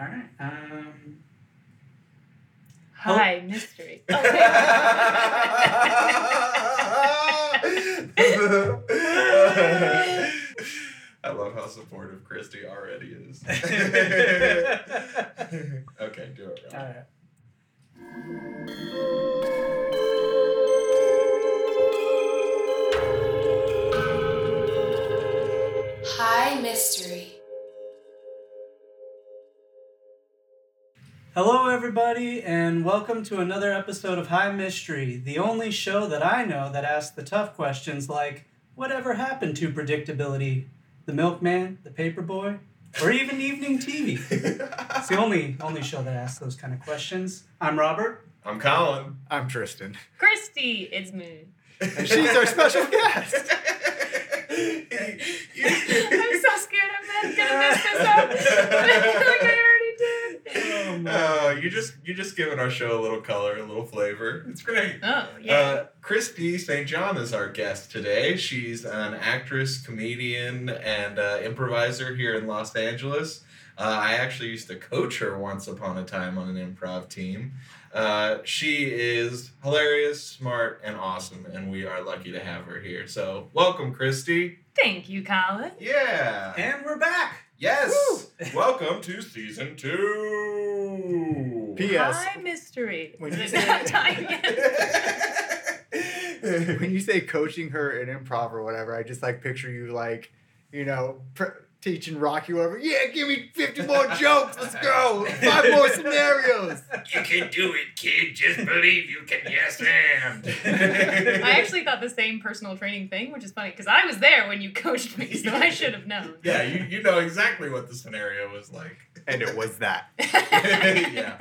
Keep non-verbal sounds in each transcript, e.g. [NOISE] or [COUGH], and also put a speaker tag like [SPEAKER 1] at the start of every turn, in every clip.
[SPEAKER 1] All right.
[SPEAKER 2] [LAUGHS]
[SPEAKER 1] Um,
[SPEAKER 2] Hi, mystery.
[SPEAKER 3] [LAUGHS] I love how supportive Christy already is. okay, do it,
[SPEAKER 1] all
[SPEAKER 3] Rob.
[SPEAKER 1] right.
[SPEAKER 4] High mystery.
[SPEAKER 1] Hello, everybody, and welcome to another episode of High Mystery, the only show that I know that asks the tough questions like whatever happened to predictability, the milkman, the paperboy, or even evening TV. It's the only only show that asks those kind of questions. I'm Robert.
[SPEAKER 3] I'm Colin.
[SPEAKER 5] I'm Tristan.
[SPEAKER 2] Christy, it's me.
[SPEAKER 5] And [LAUGHS] she's our
[SPEAKER 3] [LAUGHS]
[SPEAKER 5] [LAUGHS] special guest.
[SPEAKER 2] I'm so scared I'm not gonna mess this up. [LAUGHS] I feel like I already
[SPEAKER 1] Oh,
[SPEAKER 2] did.
[SPEAKER 3] Oh, you just you just giving our show a little color, a little flavor. It's great.
[SPEAKER 2] Oh, yeah.
[SPEAKER 3] Uh, Christy St. John is our guest today. She's an actress, comedian, and uh, improviser here in Los Angeles. Uh, I actually used to coach her once upon a time on an improv team. Uh, she is hilarious, smart, and awesome, and we are lucky to have her here. So, welcome, Christy.
[SPEAKER 2] Thank you, Colin.
[SPEAKER 3] Yeah.
[SPEAKER 1] And we're back.
[SPEAKER 3] Yes. [LAUGHS] welcome to season two.
[SPEAKER 5] P.S.
[SPEAKER 2] High mystery.
[SPEAKER 5] When
[SPEAKER 2] Is
[SPEAKER 5] you
[SPEAKER 2] it
[SPEAKER 5] say-
[SPEAKER 2] that time again?
[SPEAKER 5] [LAUGHS] When you say coaching her in improv or whatever, I just like picture you like, you know, pr- teaching Rocky whatever. Yeah, give me 50 [LAUGHS] more jokes. Let's go. Five more scenarios.
[SPEAKER 3] You can do it, kid. Just believe you can. Yes, and.
[SPEAKER 2] [LAUGHS] I actually thought the same personal training thing, which is funny because I was there when you coached me, so I should have
[SPEAKER 3] [LAUGHS]
[SPEAKER 2] known. [LAUGHS]
[SPEAKER 3] Yeah, you, you know exactly what the scenario was like.
[SPEAKER 5] [LAUGHS] And it was that.
[SPEAKER 3] [LAUGHS] yeah.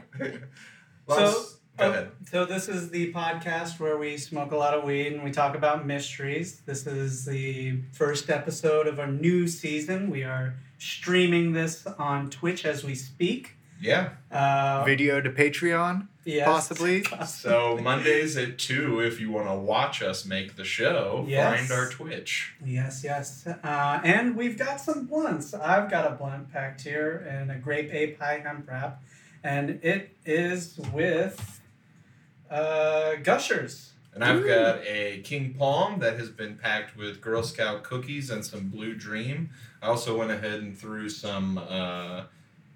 [SPEAKER 3] Lots- go
[SPEAKER 1] Oh,
[SPEAKER 3] ahead.
[SPEAKER 1] So this is the podcast where we smoke a lot of weed and we talk about mysteries. This is the first episode of our new season. We are streaming this on Twitch as we speak.
[SPEAKER 3] Yeah.
[SPEAKER 1] Uh,
[SPEAKER 5] Video to Patreon,
[SPEAKER 1] yes.
[SPEAKER 5] possibly.
[SPEAKER 3] So Mondays at two, if you want to watch us make the show,
[SPEAKER 1] Yes.
[SPEAKER 3] find our Twitch.
[SPEAKER 1] Yes, yes. Uh, and we've got some blunts. I've got a blunt packed here and a grape ape high hemp wrap. And it is with uh, Gushers.
[SPEAKER 3] And I've
[SPEAKER 5] Ooh.
[SPEAKER 3] got a King Palm that has been packed with Girl Scout cookies and some Blue Dream. I also went ahead and threw some uh,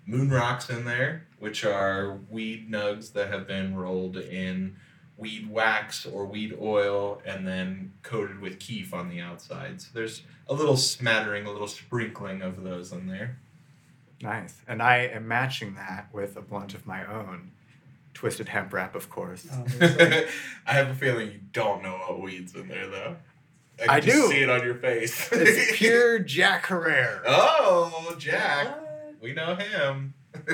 [SPEAKER 3] Moon Rocks in there, which are weed nugs that have been rolled in weed wax or weed oil and then coated with keef on the outside. So there's a little smattering, a little sprinkling of those in there. [LAUGHS]
[SPEAKER 5] Nice. And I am matching that with a blunt of my own. Twisted hemp wrap, of course.
[SPEAKER 1] Um,
[SPEAKER 3] [LAUGHS] I have a feeling you don't know what weed's in there, though. I, can
[SPEAKER 5] I
[SPEAKER 3] just
[SPEAKER 5] do.
[SPEAKER 3] see it on your face. [LAUGHS]
[SPEAKER 5] It's [LAUGHS] pure Jack Herrera.
[SPEAKER 3] Oh, Jack. We know him. [LAUGHS]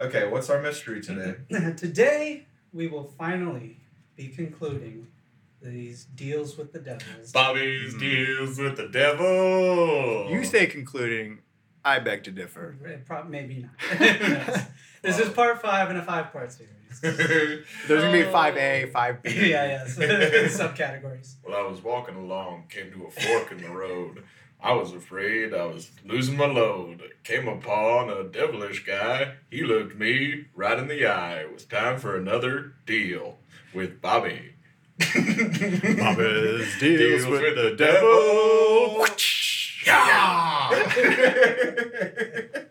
[SPEAKER 3] okay, what's our mystery today?
[SPEAKER 1] [LAUGHS] Today, we will finally be concluding these deals with the devils.
[SPEAKER 3] Bobby's
[SPEAKER 5] Mhm.
[SPEAKER 3] deals with the devil. [LAUGHS]
[SPEAKER 5] You say concluding, I beg to differ.
[SPEAKER 1] Eh, prob- Maybe not.
[SPEAKER 5] [LAUGHS]
[SPEAKER 1] Yes. This is part five in a five part
[SPEAKER 5] [LAUGHS]
[SPEAKER 1] series.
[SPEAKER 5] There's gonna be
[SPEAKER 2] Oh.
[SPEAKER 5] five A, five [LAUGHS] B.
[SPEAKER 1] yeah, yes. [LAUGHS]
[SPEAKER 5] [LAUGHS]
[SPEAKER 1] Subcategories.
[SPEAKER 3] well, I was walking along, came to a fork in the road. I was afraid I was losing my load. Came upon a devilish guy. He looked me right in the eye. It was time for another deal with Bobby. [LAUGHS]
[SPEAKER 5] Bobby's deals,
[SPEAKER 3] Deals
[SPEAKER 5] with,
[SPEAKER 3] with
[SPEAKER 5] the
[SPEAKER 3] the devil.
[SPEAKER 5] devil. [LAUGHS]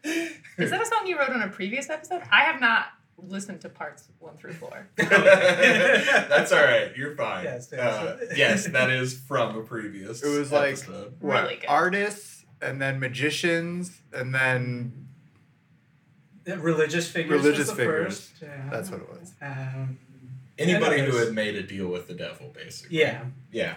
[SPEAKER 2] Is that a song you wrote on a previous episode? I have not listened to parts one through four.
[SPEAKER 3] [LAUGHS] That's all right. You're fine.
[SPEAKER 1] Yes, yes.
[SPEAKER 3] Uh,
[SPEAKER 1] [LAUGHS]
[SPEAKER 3] yes, that is from a previous.
[SPEAKER 5] It was like-
[SPEAKER 3] episode.
[SPEAKER 5] What,
[SPEAKER 2] Really good.
[SPEAKER 5] Artists and then magicians and then
[SPEAKER 1] Eh, Religious figures.
[SPEAKER 5] Religious
[SPEAKER 1] was the
[SPEAKER 5] figures.
[SPEAKER 1] First. yeah.
[SPEAKER 5] That's what it
[SPEAKER 1] [LAUGHS]
[SPEAKER 5] was.
[SPEAKER 1] Um,
[SPEAKER 3] anybody
[SPEAKER 1] and
[SPEAKER 3] who
[SPEAKER 1] others.
[SPEAKER 3] had made a deal with the devil, basically.
[SPEAKER 1] yeah.
[SPEAKER 3] Yeah.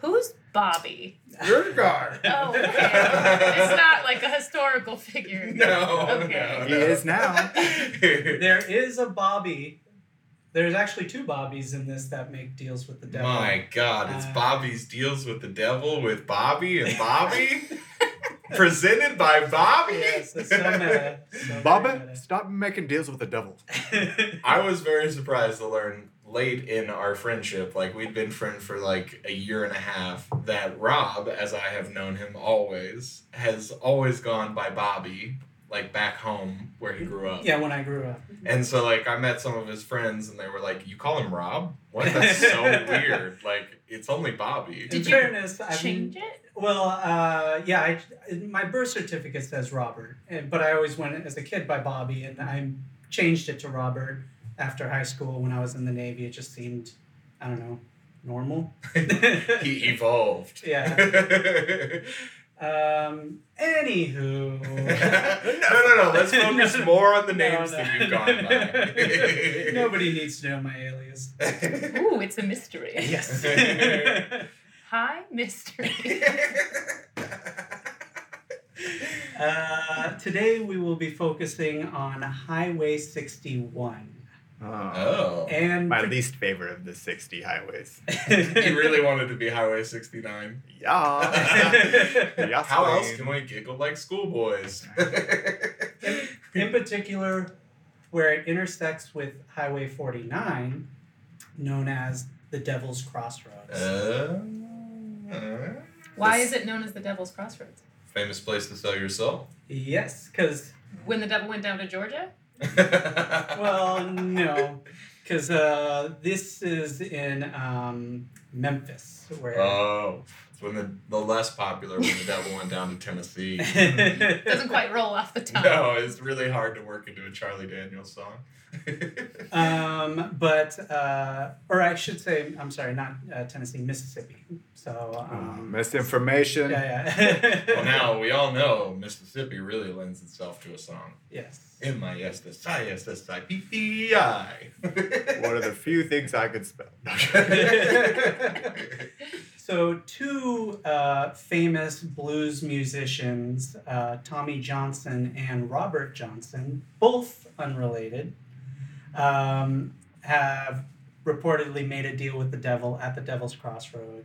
[SPEAKER 2] Who's Bobby?
[SPEAKER 5] Yurgar.
[SPEAKER 2] Oh, okay. it's not like a historical figure.
[SPEAKER 3] No.
[SPEAKER 2] Okay.
[SPEAKER 3] No,
[SPEAKER 5] he
[SPEAKER 1] [LAUGHS]
[SPEAKER 5] is now.
[SPEAKER 1] There is a Bobby. There's actually two Bobbies in this that make deals with the devil.
[SPEAKER 3] My God, it's
[SPEAKER 1] Uh,
[SPEAKER 3] Bobby's deals with the devil with Bobby and
[SPEAKER 1] [LAUGHS]
[SPEAKER 3] Bobby, presented by Bobby.
[SPEAKER 1] Yes,
[SPEAKER 5] [LAUGHS]
[SPEAKER 1] it's so meta. So very
[SPEAKER 5] Baba,
[SPEAKER 1] meta.
[SPEAKER 5] stop making deals with the devil.
[SPEAKER 3] I was very surprised to learn late in our friendship, like we'd been friends for like a year and a half, that Rob, as I have known him always, has always gone by Bobby, like back home where he grew
[SPEAKER 1] [LAUGHS]
[SPEAKER 3] up.
[SPEAKER 1] Yeah, when I grew up.
[SPEAKER 3] And so like I met some of his friends and they were like, You call him Rob?
[SPEAKER 1] [LAUGHS]
[SPEAKER 3] What? That's so weird. Like it's only Bobby.
[SPEAKER 1] In
[SPEAKER 2] Did you
[SPEAKER 1] fairness, I mean,
[SPEAKER 2] Change it?
[SPEAKER 1] well, uh, yeah, I, my birth certificate says Robert, and- but I always went as a kid by Bobby, and I changed it to Robert after high school when I was in the Navy. It just seemed, I don't know, normal. [LAUGHS]
[SPEAKER 3] [LAUGHS] he evolved.
[SPEAKER 1] Yeah. Um.
[SPEAKER 3] [LAUGHS] no,
[SPEAKER 1] Anywho.
[SPEAKER 3] no, no. Let's focus
[SPEAKER 1] No.
[SPEAKER 3] more on [LAUGHS] the
[SPEAKER 1] No,
[SPEAKER 3] names
[SPEAKER 1] no.
[SPEAKER 3] that you've gone by.
[SPEAKER 1] [LAUGHS] Nobody needs to know my alias.
[SPEAKER 3] [LAUGHS]
[SPEAKER 2] Ooh, it's a mystery. [LAUGHS]
[SPEAKER 1] Yes.
[SPEAKER 2] Hi, mystery.
[SPEAKER 1] [LAUGHS] uh, today we will be focusing on Highway 61
[SPEAKER 5] Oh.
[SPEAKER 3] oh.
[SPEAKER 1] and
[SPEAKER 5] My least favorite of the 60
[SPEAKER 3] [LAUGHS]
[SPEAKER 5] highways.
[SPEAKER 3] He really wanted to be Highway 69.
[SPEAKER 5] Yeah. Yes,
[SPEAKER 3] How else
[SPEAKER 5] queen.
[SPEAKER 3] can we giggle like [LAUGHS] schoolboys?
[SPEAKER 1] in particular, where it intersects with Highway 49, known as the Devil's Crossroads.
[SPEAKER 3] Uh,
[SPEAKER 2] Why
[SPEAKER 5] This-
[SPEAKER 2] is it known as the Devil's Crossroads?
[SPEAKER 3] famous place to sell your soul. [LAUGHS]
[SPEAKER 1] yes, because
[SPEAKER 2] When the devil went down to Georgia?
[SPEAKER 1] well, no, because uh, this is in um, Memphis, where.
[SPEAKER 3] Oh, it's when the, the less popular when the devil went down to
[SPEAKER 2] [LAUGHS]
[SPEAKER 3] Tennessee.
[SPEAKER 2] Doesn't quite roll off the tongue.
[SPEAKER 3] No, it's really hard to work into a Charlie Daniels song.
[SPEAKER 1] [LAUGHS]
[SPEAKER 3] [LAUGHS]
[SPEAKER 1] Um, but uh, or I should say, I'm sorry, not uh, Tennessee, Mississippi. So
[SPEAKER 5] Uh,
[SPEAKER 1] um,
[SPEAKER 5] misinformation.
[SPEAKER 1] yeah, [LAUGHS] yeah.
[SPEAKER 3] Oh, well, now we all know Mississippi really lends itself to a song.
[SPEAKER 1] yes.
[SPEAKER 3] M I S S I S S I P P I.
[SPEAKER 5] One of the few things I could spell. [LAUGHS]
[SPEAKER 1] So two uh, famous blues musicians, uh, Tommy Johnson and Robert Johnson, both unrelated, um, have reportedly made a deal with the devil at the Devil's Crossroad,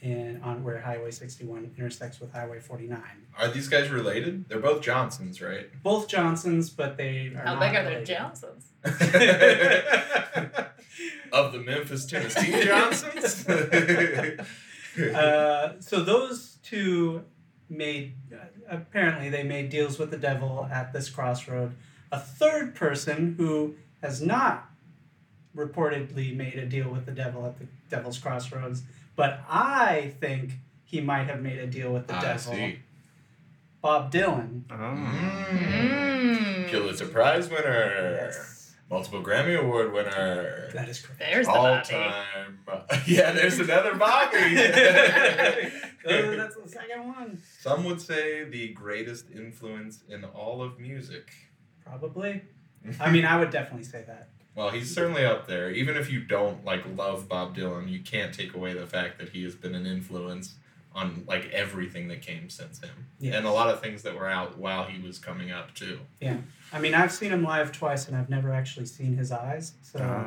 [SPEAKER 1] in on where Highway 61 intersects with Highway 49.
[SPEAKER 3] [LAUGHS] Are these guys related? They're both Johnsons, [LAUGHS] right?
[SPEAKER 1] both Johnsons, but they are
[SPEAKER 2] How
[SPEAKER 1] not
[SPEAKER 2] big are their
[SPEAKER 1] related.
[SPEAKER 2] Johnsons?
[SPEAKER 3] of the Memphis, Tennessee [LAUGHS] Johnsons. [LAUGHS]
[SPEAKER 1] Uh, so those two made apparently they made deals with the devil at this crossroad. A third person who has not reportedly made a deal with the devil at the devil's crossroads, but I think he might have made a deal with the
[SPEAKER 3] I
[SPEAKER 1] devil.
[SPEAKER 3] Ah, see.
[SPEAKER 1] Bob Dylan.
[SPEAKER 5] Oh.
[SPEAKER 3] Mm.
[SPEAKER 1] Hmm.
[SPEAKER 3] Pulitzer Prize winner.
[SPEAKER 1] Yes,
[SPEAKER 3] Multiple Grammy Award winner.
[SPEAKER 1] that is correct.
[SPEAKER 2] There's the
[SPEAKER 3] All
[SPEAKER 2] Bobby.
[SPEAKER 3] time. [LAUGHS] Yeah, there's another [LAUGHS]
[SPEAKER 1] Oh,
[SPEAKER 3] Bobby.
[SPEAKER 1] that's the second one.
[SPEAKER 3] Some would say the greatest influence in all of music.
[SPEAKER 1] Probably. I mean, I would definitely say that.
[SPEAKER 3] [LAUGHS] Well, he's certainly up there. Even if you don't like love Bob Dylan, you can't take away the fact that he has been an influence on like everything that came since him,
[SPEAKER 1] Yes.
[SPEAKER 3] and a lot of things that were out while he was coming up too.
[SPEAKER 1] I mean, I've seen him live twice, and I've never actually seen his eyes. So
[SPEAKER 5] Ah.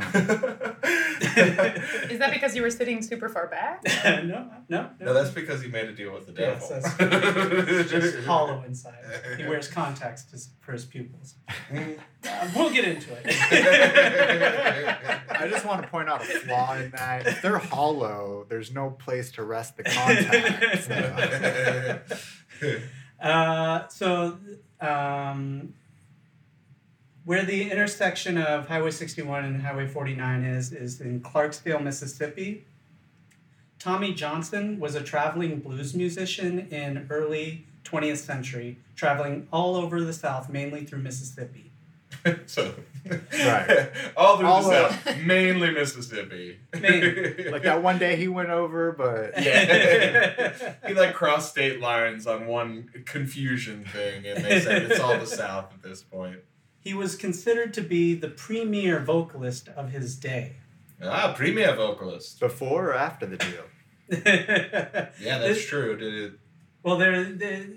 [SPEAKER 2] Is that because you were sitting super far back?
[SPEAKER 1] [LAUGHS] no, no, no.
[SPEAKER 3] [LAUGHS]
[SPEAKER 1] [LAUGHS]
[SPEAKER 3] no, that's because he made a deal with the devil.
[SPEAKER 1] Yes, it's
[SPEAKER 3] [LAUGHS]
[SPEAKER 1] just hollow inside. He wears contacts to, s- for his pupils.
[SPEAKER 3] [LAUGHS]
[SPEAKER 1] Uh, we'll get into it.
[SPEAKER 5] I just want to point out a flaw in that. If they're hollow, there's no place to rest the contacts.
[SPEAKER 3] [LAUGHS]
[SPEAKER 1] uh, so, um, where the intersection of Highway 61 and Highway 49 is, is in Clarksville, Mississippi. Tommy Johnson was a traveling blues musician in early 20th century, traveling all over the South, mainly through Mississippi.
[SPEAKER 3] so,
[SPEAKER 5] Right.
[SPEAKER 3] [LAUGHS] all through
[SPEAKER 5] All
[SPEAKER 3] the South, mainly Mississippi. [LAUGHS]
[SPEAKER 1] Mainly.
[SPEAKER 5] like that one day he went over, but
[SPEAKER 3] Yeah. [LAUGHS] He like crossed state lines on one confusion thing, and they said it's all the South at this point.
[SPEAKER 1] he was considered to be the premier vocalist of his day.
[SPEAKER 3] Ah, premier vocalist.
[SPEAKER 5] before or after the deal?
[SPEAKER 3] [LAUGHS] Yeah, that's
[SPEAKER 1] This-
[SPEAKER 3] true. Did it?
[SPEAKER 1] Well, there. there-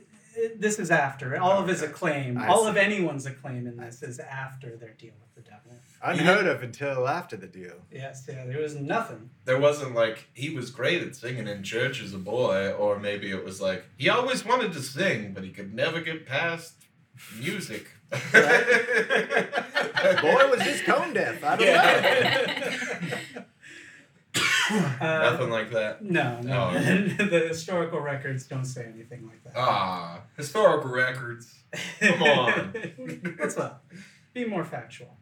[SPEAKER 1] This is after all of his
[SPEAKER 5] Okay.
[SPEAKER 1] acclaim.
[SPEAKER 5] I
[SPEAKER 1] all
[SPEAKER 5] see.
[SPEAKER 1] of anyone's acclaim in this is after their deal with the devil.
[SPEAKER 5] Unheard of until after the deal.
[SPEAKER 1] Yes, yeah, there was nothing.
[SPEAKER 3] There wasn't like he was great at singing in church as a boy, or maybe it was like he always wanted to sing, but he could never get past music.
[SPEAKER 5] [LAUGHS] [LAUGHS] Boy, was this tone deaf. I don't know.
[SPEAKER 3] Yeah.
[SPEAKER 1] [LAUGHS] Uh,
[SPEAKER 3] Nothing like that.
[SPEAKER 1] no, no,
[SPEAKER 3] Oh.
[SPEAKER 1] [LAUGHS] the historical records don't say anything like that.
[SPEAKER 3] Ah, historical records. Come on.
[SPEAKER 1] [LAUGHS] What's up? uh, be more factual.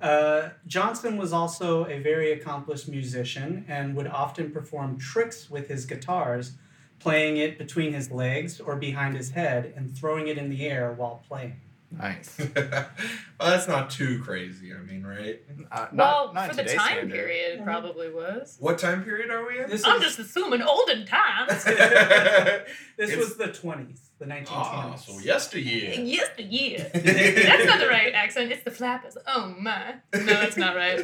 [SPEAKER 1] Uh, Johnson was also a very accomplished musician and would often perform tricks with his guitars, playing it between his legs or behind his head and throwing it in the air while playing.
[SPEAKER 5] Nice.
[SPEAKER 3] [LAUGHS] well, that's not too crazy. I mean, right?
[SPEAKER 5] Uh, not,
[SPEAKER 2] well,
[SPEAKER 5] not in
[SPEAKER 2] for the
[SPEAKER 5] today's
[SPEAKER 2] time
[SPEAKER 5] standard.
[SPEAKER 2] period, it
[SPEAKER 1] Mhm.
[SPEAKER 2] probably was.
[SPEAKER 3] What time period are we in? [LAUGHS]
[SPEAKER 1] This
[SPEAKER 2] I'm
[SPEAKER 1] is-
[SPEAKER 2] just assuming olden times.
[SPEAKER 1] This
[SPEAKER 3] It's-
[SPEAKER 1] was the 20s, the 1920s.
[SPEAKER 3] oh,
[SPEAKER 1] [LAUGHS]
[SPEAKER 3] so yesteryear.
[SPEAKER 2] Yesteryear.
[SPEAKER 3] [LAUGHS]
[SPEAKER 2] That's not the right accent. It's the flappers. Oh my. No, that's not right.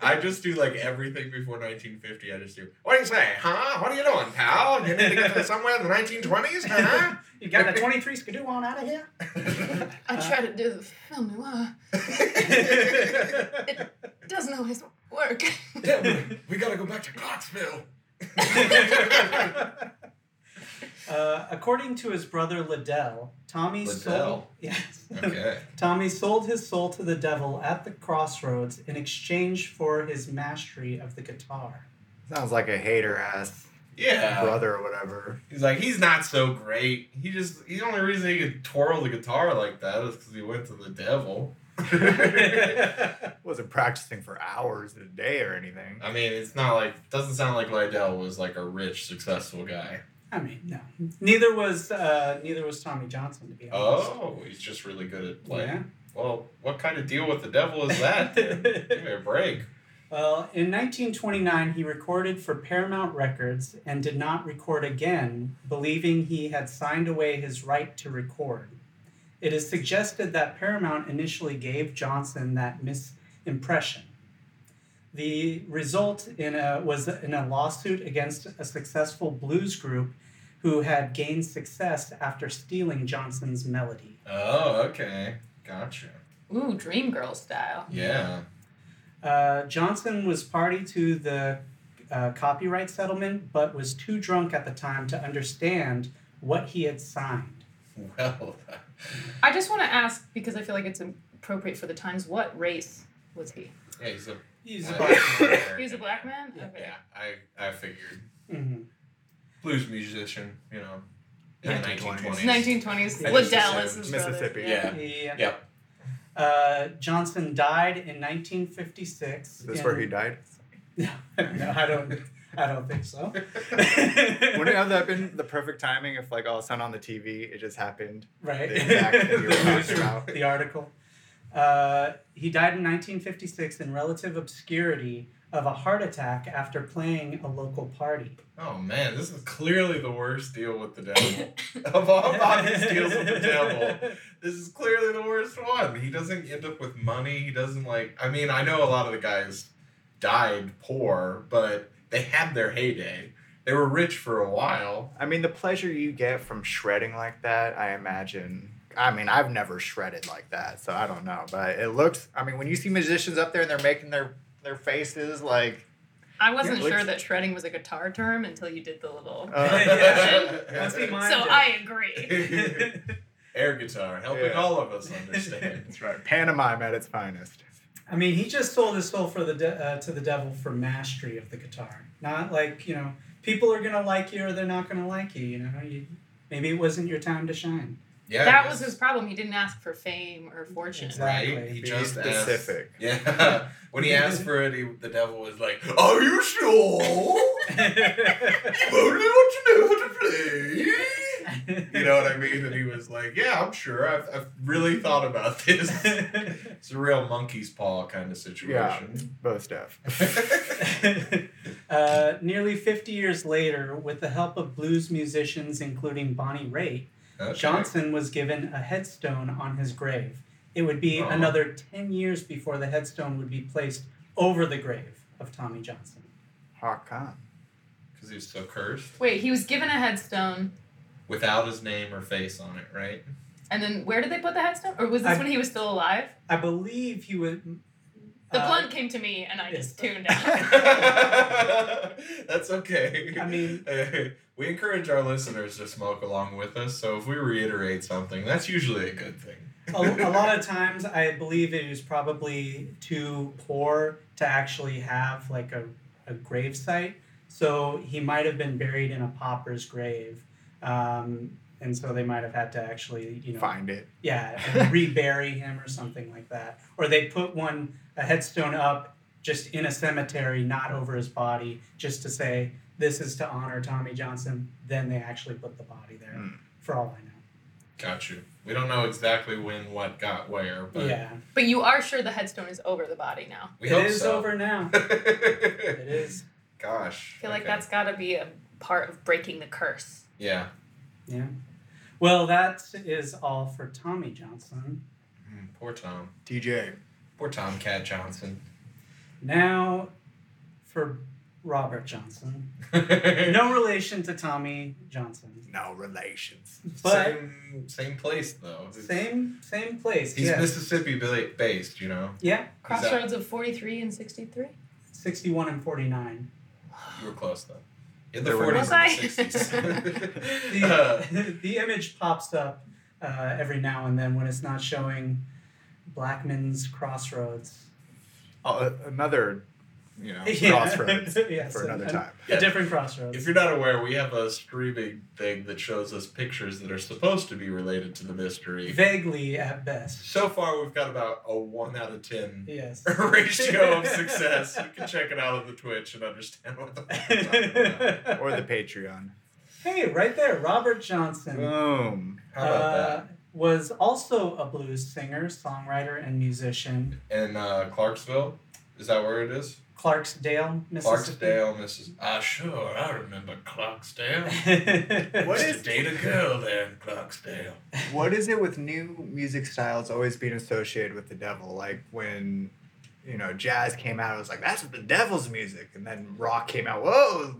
[SPEAKER 3] I just do like everything before 1950. I just do. What do you say, huh? What are you doing, pal? You need to get to somewhere in the 1920s,
[SPEAKER 2] [LAUGHS]
[SPEAKER 3] huh? [LAUGHS]
[SPEAKER 1] you got that 23 skidoo on out of [LAUGHS] here? [LAUGHS]
[SPEAKER 2] I try to do the film noir. It doesn't always work. [LAUGHS]
[SPEAKER 3] Yeah, we, we gotta go back to Clarksville.
[SPEAKER 1] Uh, according to his brother Liddell, Tommy sold.
[SPEAKER 3] Liddell?
[SPEAKER 1] [LAUGHS] Yes.
[SPEAKER 3] [LAUGHS] okay.
[SPEAKER 1] Tommy sold his soul to the devil at the crossroads in exchange for his mastery of the guitar.
[SPEAKER 5] Sounds like a hater ass
[SPEAKER 3] Yeah.
[SPEAKER 5] brother or whatever.
[SPEAKER 3] He's like, he's not so great. He just, the only reason he could twirl the guitar like that is because he went to the devil. I
[SPEAKER 5] Wasn't practicing for hours a day or anything.
[SPEAKER 3] mean, it's not like, doesn't sound like Lydell was like a rich, successful guy.
[SPEAKER 1] I mean, no. Neither was uh, neither was Tommy Johnson to be honest.
[SPEAKER 3] Oh, he's just really good at playing.
[SPEAKER 1] yeah.
[SPEAKER 3] Well, what kind of deal with the devil is that? dude? Give me a break.
[SPEAKER 1] Well, in 1929, he recorded for Paramount Records and did not record again, believing he had signed away his right to record. It is suggested that Paramount initially gave Johnson that misimpression. The result in a, was in a lawsuit against a successful blues group who had gained success after stealing Johnson's melody.
[SPEAKER 3] Oh, okay. Gotcha.
[SPEAKER 2] Ooh, dream girl style.
[SPEAKER 3] Yeah.
[SPEAKER 1] Uh, Johnson was party to the uh, copyright settlement, but was too drunk at the time to understand what he had signed.
[SPEAKER 3] Well, [LAUGHS]
[SPEAKER 2] I just want to ask because I feel like it's appropriate for the times. What race was he?
[SPEAKER 3] yeah, he's a.
[SPEAKER 1] He's [LAUGHS]
[SPEAKER 2] He was a black man. Okay.
[SPEAKER 3] Yeah, I, I figured.
[SPEAKER 1] hmm
[SPEAKER 3] Blues musician, you know. In the
[SPEAKER 5] 1920s.
[SPEAKER 3] 1920s.
[SPEAKER 2] 1920s.
[SPEAKER 3] I just
[SPEAKER 2] Liddell
[SPEAKER 3] assumed
[SPEAKER 2] is his brother.
[SPEAKER 5] Mississippi.
[SPEAKER 3] Yeah.
[SPEAKER 1] Yeah.
[SPEAKER 3] Yep.
[SPEAKER 1] Uh, Johnson died in 1956.
[SPEAKER 5] Is this
[SPEAKER 1] in-
[SPEAKER 5] where he died?
[SPEAKER 1] No, [LAUGHS] no, I don't. I don't think
[SPEAKER 5] [LAUGHS]
[SPEAKER 1] so.
[SPEAKER 5] Wouldn't have that been the perfect timing if like all of a sudden on the TV it just happened?
[SPEAKER 1] right?
[SPEAKER 5] The exact thing
[SPEAKER 1] [LAUGHS]
[SPEAKER 5] you were talking
[SPEAKER 1] news-
[SPEAKER 5] about.
[SPEAKER 1] the article. Uh, he died in 1956 in relative obscurity of a heart attack after playing a local party.
[SPEAKER 3] Oh man, this is clearly the worst deal with the devil. [LAUGHS] of all Bobby's deals with the devil, this is clearly the worst one. He doesn't end up with money. He doesn't like. I mean, I know a lot of the guys died poor, but they had their heyday. They were rich for a
[SPEAKER 5] [LAUGHS]
[SPEAKER 3] while.
[SPEAKER 5] I mean the pleasure you get from shredding like that, I imagine I mean, I've never shredded like that, so I don't know. But it looks I mean when you see musicians up there and they're making their their faces like
[SPEAKER 2] I wasn't
[SPEAKER 5] Yeah, like-
[SPEAKER 2] sure that shredding was a guitar term until you did the little. [LAUGHS]
[SPEAKER 5] uh,
[SPEAKER 1] Let's
[SPEAKER 3] [LAUGHS]
[SPEAKER 1] be
[SPEAKER 2] so
[SPEAKER 1] mindful.
[SPEAKER 2] [LAUGHS] I agree.
[SPEAKER 3] Air guitar helping
[SPEAKER 5] Yeah.
[SPEAKER 3] all of us understand.
[SPEAKER 5] [LAUGHS] That's right. Pantomime at its finest.
[SPEAKER 1] I mean, he just sold his soul for the de- uh, to the devil for mastery of the guitar. Not like you know, people are gonna like you or they're not gonna like you. You know, you, maybe it wasn't your time to shine. [LAUGHS]
[SPEAKER 3] Yeah, I
[SPEAKER 2] That was
[SPEAKER 3] guess.
[SPEAKER 2] his problem. He didn't ask for fame or fortune.
[SPEAKER 1] Exactly.
[SPEAKER 3] Right? He
[SPEAKER 5] Be
[SPEAKER 3] just
[SPEAKER 5] specific.
[SPEAKER 3] Asked, [LAUGHS] yeah. when he asked for it, he, the devil was like, Are you sure? If only what you know how to play. You know what I mean? And he was like, Yeah, I'm sure. I've, I've really thought about
[SPEAKER 5] [LAUGHS]
[SPEAKER 3] this. It's a real monkey's paw kind of situation.
[SPEAKER 5] Both stuff. [LAUGHS]
[SPEAKER 1] [LAUGHS] uh, nearly 50 years later, with the help of blues musicians including Bonnie Raitt,
[SPEAKER 3] Okay.
[SPEAKER 1] Johnson was given a headstone on his grave. It would be
[SPEAKER 3] Oh.
[SPEAKER 1] another 10 years before the headstone would be placed over the grave of Tommy Johnson.
[SPEAKER 5] Hawk on.
[SPEAKER 3] Because he was so cursed.
[SPEAKER 2] Wait, he was given a headstone,
[SPEAKER 3] Without his name or face on it, right?
[SPEAKER 2] and then where did they put the headstone? Or was this
[SPEAKER 1] I-
[SPEAKER 2] when he was still alive?
[SPEAKER 1] I believe he was.
[SPEAKER 2] The
[SPEAKER 1] uh,
[SPEAKER 2] blunt came to me, and I just tuned out.
[SPEAKER 3] [LAUGHS] That's okay.
[SPEAKER 1] I mean-
[SPEAKER 3] Uh, [LAUGHS] we encourage our listeners to smoke along with us. So if we reiterate something, that's usually a good thing.
[SPEAKER 1] a, a lot of times I believe it was probably too poor to actually have like a, a grave site. So he might have been buried in a pauper's grave. Um, and so they might have had to actually, you know,
[SPEAKER 5] Find it.
[SPEAKER 1] yeah, and rebury him or something like that. Or they put one a headstone up just in a cemetery, not over his body, just to say this is to honor Tommy Johnson. Then they actually put the body there.
[SPEAKER 5] Hmm.
[SPEAKER 1] For all I know.
[SPEAKER 3] Got you. We don't know exactly when what got where, but
[SPEAKER 1] yeah,
[SPEAKER 2] But you are sure the headstone is over the body now.
[SPEAKER 3] we
[SPEAKER 1] it
[SPEAKER 3] hope
[SPEAKER 1] is
[SPEAKER 3] so. [LAUGHS]
[SPEAKER 1] over now. It is.
[SPEAKER 3] Gosh.
[SPEAKER 2] I feel like
[SPEAKER 3] okay.
[SPEAKER 2] that's got to be a part of breaking the curse.
[SPEAKER 3] yeah.
[SPEAKER 1] Yeah. Well, that is all for Tommy Johnson.
[SPEAKER 3] Mm, poor Tom.
[SPEAKER 5] TJ.
[SPEAKER 3] Poor Tom Cat Johnson.
[SPEAKER 1] Now, for Robert Johnson,
[SPEAKER 3] [LAUGHS] no.
[SPEAKER 1] no relation to Tommy Johnson,
[SPEAKER 5] No relations.
[SPEAKER 1] but
[SPEAKER 3] same same place though. It's-
[SPEAKER 1] same same place.
[SPEAKER 3] He's
[SPEAKER 1] yeah.
[SPEAKER 3] Mississippi ba- based, you know.
[SPEAKER 1] yeah,
[SPEAKER 2] Crossroads of 43 and 63?
[SPEAKER 1] sixty-one and forty-nine.
[SPEAKER 3] You were close though. In the
[SPEAKER 5] There
[SPEAKER 3] 40s
[SPEAKER 5] were
[SPEAKER 3] and the
[SPEAKER 2] Was I?
[SPEAKER 1] [LAUGHS]
[SPEAKER 3] 60s. [LAUGHS]
[SPEAKER 1] The,
[SPEAKER 3] Uh,
[SPEAKER 1] the image pops up uh, every now and then when it's not showing Blackman's Crossroads.
[SPEAKER 5] [LAUGHS] Uh, another, you know,
[SPEAKER 1] Yeah.
[SPEAKER 5] crossroads
[SPEAKER 1] [LAUGHS] Yes,
[SPEAKER 5] for another
[SPEAKER 1] an-
[SPEAKER 5] time.
[SPEAKER 1] A different crossroads.
[SPEAKER 3] If you're not aware, we have a streaming thing that shows us pictures that are supposed to be related to the mystery.
[SPEAKER 1] [LAUGHS] Vaguely at best.
[SPEAKER 3] So far, we've got about a 1 out
[SPEAKER 1] [LAUGHS]
[SPEAKER 3] of 10
[SPEAKER 1] Yes.
[SPEAKER 3] [LAUGHS] ratio
[SPEAKER 1] [LAUGHS]
[SPEAKER 3] of success. You can check it out on the Twitch and understand what the fuck we're talking about.
[SPEAKER 5] Or the [LAUGHS] Patreon.
[SPEAKER 1] Hey, right there, Robert Johnson.
[SPEAKER 5] Uh, Boom.
[SPEAKER 3] How about
[SPEAKER 1] [LAUGHS] uh, Was also a blues singer, songwriter, and musician.
[SPEAKER 3] that? In uh, Clarksville? Is that where it is?
[SPEAKER 1] Clarksdale, Mississippi.
[SPEAKER 3] Clarksdale, Mrs. Ah, sure, I remember
[SPEAKER 1] [LAUGHS]
[SPEAKER 3] Clarksdale.
[SPEAKER 1] Clarksdale.
[SPEAKER 5] What
[SPEAKER 3] Used to
[SPEAKER 5] is-
[SPEAKER 3] date a girl there in Clarksdale?
[SPEAKER 5] What is it with new music styles always being associated with the devil? Like when, you know, jazz came out, it was like, that's the devil's music. And then rock came out, whoa,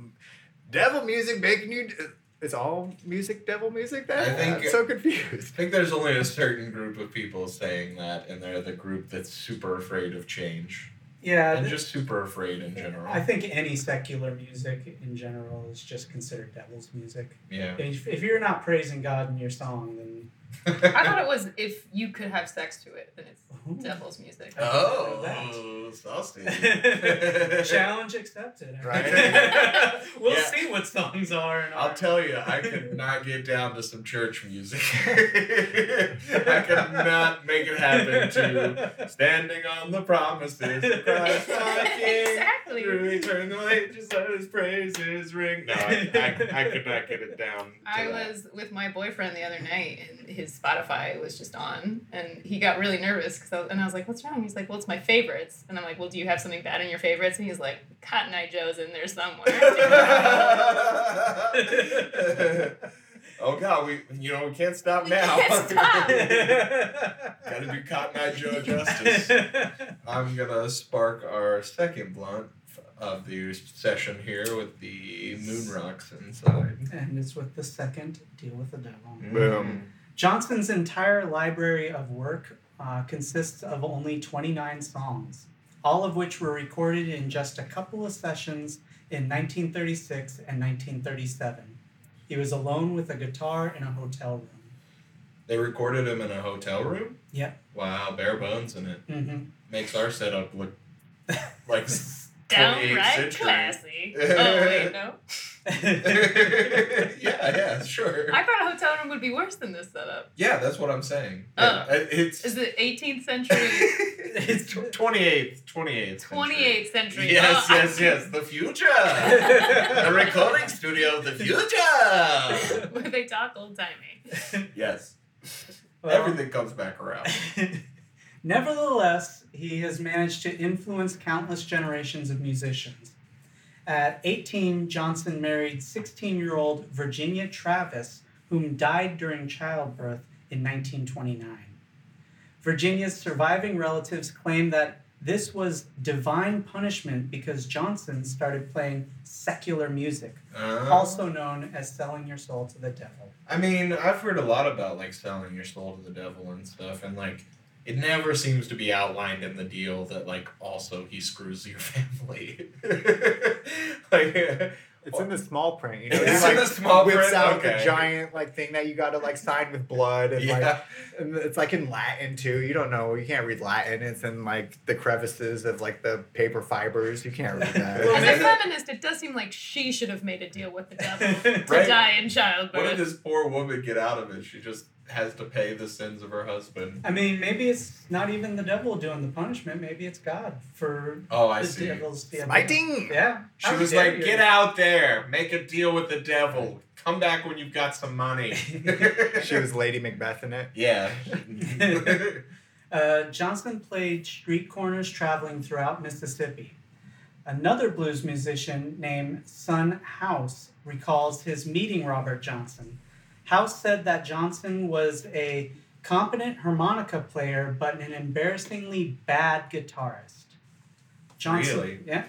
[SPEAKER 5] devil music making you. d- Is all music devil music then?
[SPEAKER 3] I think-
[SPEAKER 5] I'm so confused.
[SPEAKER 3] I think there's only a certain group of people saying that, and they're the group that's super afraid of change.
[SPEAKER 1] yeah,
[SPEAKER 3] And
[SPEAKER 1] th-
[SPEAKER 3] just super afraid in general.
[SPEAKER 1] I think any secular music in general is just considered devil's music.
[SPEAKER 3] yeah.
[SPEAKER 1] If, if you're not praising God in your song, then
[SPEAKER 3] [LAUGHS]
[SPEAKER 2] I thought it was if you could have sex to it, then it's devil's music.
[SPEAKER 3] oh, saucy. [LAUGHS]
[SPEAKER 1] challenge accepted.
[SPEAKER 3] Right.
[SPEAKER 1] [LAUGHS] we'll
[SPEAKER 3] Yeah.
[SPEAKER 1] see what songs are. And
[SPEAKER 3] I'll
[SPEAKER 1] aren't.
[SPEAKER 3] tell you, I could not get down to some church music. [LAUGHS] I could not make
[SPEAKER 1] [LAUGHS]
[SPEAKER 3] it happen to standing on the promises
[SPEAKER 2] [LAUGHS]
[SPEAKER 3] of Christ our King.
[SPEAKER 2] exactly.
[SPEAKER 3] Through eternal ages, let his praises ring. No, I, I, I could not get it down. to
[SPEAKER 2] I
[SPEAKER 3] that.
[SPEAKER 2] was with my boyfriend the other night, and his Spotify was just on, and he got really nervous. Cause I was, and I was like, "What's wrong?" He's like, "Well, it's my favorites." And I'm like, "Well, do you have something bad in your favorites?" And he's like, "Cotton Eye Joe's in there
[SPEAKER 3] [LAUGHS]
[SPEAKER 2] somewhere."
[SPEAKER 3] oh God, we you know we can't stop
[SPEAKER 2] We
[SPEAKER 3] now.
[SPEAKER 2] can't stop.
[SPEAKER 3] [LAUGHS] Gotta do Cotton Eye
[SPEAKER 2] [LAUGHS]
[SPEAKER 3] Joe justice. I'm gonna spark our second blunt of the session here with the moon rocks inside.
[SPEAKER 1] and it's with the second deal with the devil.
[SPEAKER 3] Mm.
[SPEAKER 5] Boom.
[SPEAKER 1] Johnson's entire library of work uh, consists of only 29 songs, all of which were recorded in just a couple of sessions in 1936 and 1937. He was alone with a guitar in a hotel room.
[SPEAKER 3] They recorded him in a hotel room.
[SPEAKER 1] Yep.
[SPEAKER 3] Wow, bare bones in it makes our setup [LAUGHS] look like. s- 28th
[SPEAKER 2] Downright
[SPEAKER 3] century.
[SPEAKER 2] classy. oh wait, no.
[SPEAKER 1] Mm-hmm. [LAUGHS]
[SPEAKER 3] yeah, [LAUGHS] yeah, sure.
[SPEAKER 2] I thought a hotel room would be worse than this setup.
[SPEAKER 3] yeah, that's what I'm saying.
[SPEAKER 2] Uh,
[SPEAKER 3] Yeah, it- it's [LAUGHS]
[SPEAKER 2] Is it 18th century?
[SPEAKER 3] it's tw- 28th, 28th. century.
[SPEAKER 2] 28th century.
[SPEAKER 3] Yes,
[SPEAKER 2] Oh, I-
[SPEAKER 3] yes, yes. The [LAUGHS] future. the recording studio of the future.
[SPEAKER 2] [LAUGHS] Where they talk old timey.
[SPEAKER 3] Yes.
[SPEAKER 1] Well,
[SPEAKER 3] Everything comes back around.
[SPEAKER 1] [LAUGHS] Nevertheless, he has managed to influence countless generations of musicians. At 18, Johnson married 16 year old Virginia Travis, whom died during childbirth in 1929. Virginia's surviving relatives claim that this was divine punishment because Johnson started playing secular music,
[SPEAKER 3] Uh,
[SPEAKER 1] also known as selling your soul to the devil.
[SPEAKER 3] I mean, I've heard a lot about like selling your soul to the devil and stuff, and like it never seems to be outlined in the [LAUGHS] deal that like also he screws your family. like
[SPEAKER 5] It's in the small print, you know.
[SPEAKER 3] It's
[SPEAKER 5] he,
[SPEAKER 3] in
[SPEAKER 5] like,
[SPEAKER 3] the small
[SPEAKER 5] whips
[SPEAKER 3] print?
[SPEAKER 5] out the
[SPEAKER 3] Okay.
[SPEAKER 5] giant like thing that you got to like sign with blood, and like
[SPEAKER 3] yeah.
[SPEAKER 5] and it's like in Latin too. You don't know. You can't read Latin. It's in like the crevices of like the paper fibers. You can't read
[SPEAKER 3] Well,
[SPEAKER 2] As a
[SPEAKER 5] that.
[SPEAKER 3] maybe-
[SPEAKER 2] feminist, it does seem like she should have made a deal with the
[SPEAKER 1] [LAUGHS]
[SPEAKER 2] devil
[SPEAKER 3] [LAUGHS]
[SPEAKER 2] to
[SPEAKER 3] Right.
[SPEAKER 2] die in
[SPEAKER 3] What did
[SPEAKER 2] childbirth.
[SPEAKER 3] this poor woman get out of it? She just has to pay the sins of her husband.
[SPEAKER 1] I mean, maybe it's not even the devil doing the punishment. Maybe it's God for
[SPEAKER 3] Oh, I
[SPEAKER 1] the
[SPEAKER 3] see.
[SPEAKER 1] devil's
[SPEAKER 3] [LAUGHS]
[SPEAKER 1] being.
[SPEAKER 5] Smiting.
[SPEAKER 1] Yeah.
[SPEAKER 3] She
[SPEAKER 1] How
[SPEAKER 3] was
[SPEAKER 1] dare
[SPEAKER 3] like,
[SPEAKER 1] you.
[SPEAKER 3] "Get out there, make a deal with the devil. Come back when you've got some money." [LAUGHS]
[SPEAKER 5] She was Lady Macbeth in it.
[SPEAKER 3] yeah. [LAUGHS]
[SPEAKER 1] Uh, Johnson played street corners traveling throughout Mississippi. Another blues musician named Son House recalls his meeting Robert Johnson. House said that Johnson was a competent harmonica player, but an embarrassingly bad guitarist. Johnson,
[SPEAKER 3] Really?
[SPEAKER 1] yeah.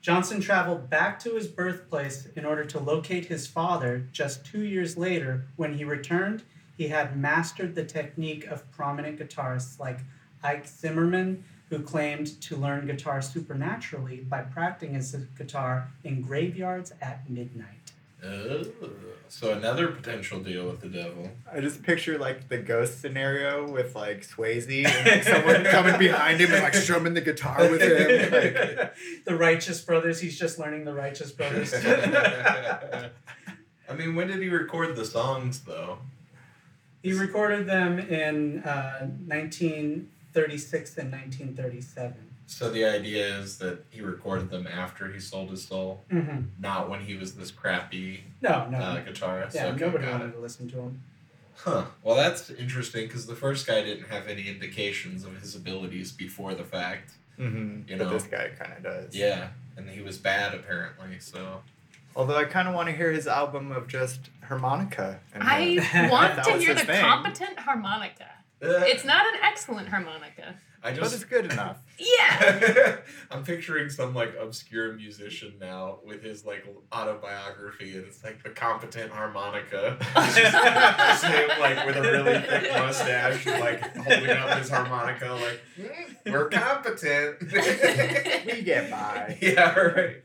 [SPEAKER 1] Johnson traveled back to his birthplace in order to locate his father just two years later. When he returned, he had mastered the technique of prominent guitarists like Ike Zimmerman, who claimed to learn guitar supernaturally by practicing his guitar in graveyards at midnight.
[SPEAKER 3] Oh, so another potential deal with the devil.
[SPEAKER 5] I just picture like the ghost scenario with like Swayze
[SPEAKER 3] [LAUGHS]
[SPEAKER 5] and like, someone coming behind him and like strumming the guitar
[SPEAKER 1] [LAUGHS]
[SPEAKER 5] with him. Like,
[SPEAKER 3] [LAUGHS]
[SPEAKER 1] the Righteous Brothers, he's just learning the Righteous Brothers. [LAUGHS]
[SPEAKER 3] I mean, when did he record the songs though?
[SPEAKER 1] he recorded them in uh, 1936 and 1937.
[SPEAKER 3] So the idea is that he recorded them after he sold his soul,
[SPEAKER 1] Mm-hmm.
[SPEAKER 3] not when he was this crappy
[SPEAKER 1] No, no.
[SPEAKER 3] uh, guitarist.
[SPEAKER 1] yeah,
[SPEAKER 3] Okay,
[SPEAKER 1] nobody
[SPEAKER 3] got
[SPEAKER 1] wanted
[SPEAKER 3] it.
[SPEAKER 1] to listen to him.
[SPEAKER 3] Huh. Well, that's interesting because the first guy didn't have any indications of his abilities before the fact.
[SPEAKER 5] Mhm.
[SPEAKER 3] You
[SPEAKER 5] but
[SPEAKER 3] know.
[SPEAKER 5] this guy kind of does.
[SPEAKER 3] Yeah, and he was bad apparently. So
[SPEAKER 5] Although I kind of want to hear his album of just harmonica. and him.
[SPEAKER 1] Yeah.
[SPEAKER 2] I want
[SPEAKER 3] [LAUGHS]
[SPEAKER 5] That
[SPEAKER 2] to
[SPEAKER 5] was
[SPEAKER 2] hear
[SPEAKER 5] his
[SPEAKER 2] the
[SPEAKER 5] thing.
[SPEAKER 2] competent harmonica. It's not an excellent harmonica.
[SPEAKER 3] Uh, I
[SPEAKER 5] But
[SPEAKER 3] just
[SPEAKER 5] it's good enough.
[SPEAKER 2] Yeah.
[SPEAKER 3] [LAUGHS] I'm picturing some like obscure musician now with his like autobiography, and it's like the competent harmonica. Just [LAUGHS] him, like with a really
[SPEAKER 2] [LAUGHS]
[SPEAKER 3] thick mustache, and, like holding up his harmonica, like "Mm, we're competent. [LAUGHS]
[SPEAKER 5] We get by.
[SPEAKER 3] yeah, right.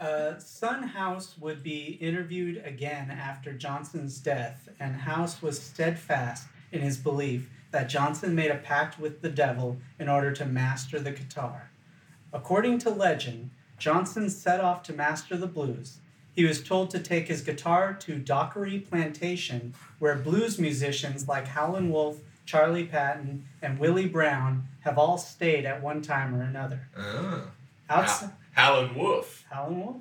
[SPEAKER 1] Uh, Son House would be interviewed again after Johnson's death, and House was steadfast in his belief that Johnson made a pact with the devil in order to master the guitar. According to legend, Johnson set off to master the blues. He was told to take his guitar to Dockery Plantation, where blues musicians like Howlin' Wolf, Charlie Patton, and Willie Brown have all stayed at one time or another.
[SPEAKER 3] Oh.
[SPEAKER 1] Outside,
[SPEAKER 3] Howlin' Wolf. [LAUGHS]
[SPEAKER 1] Howlin' Wolf?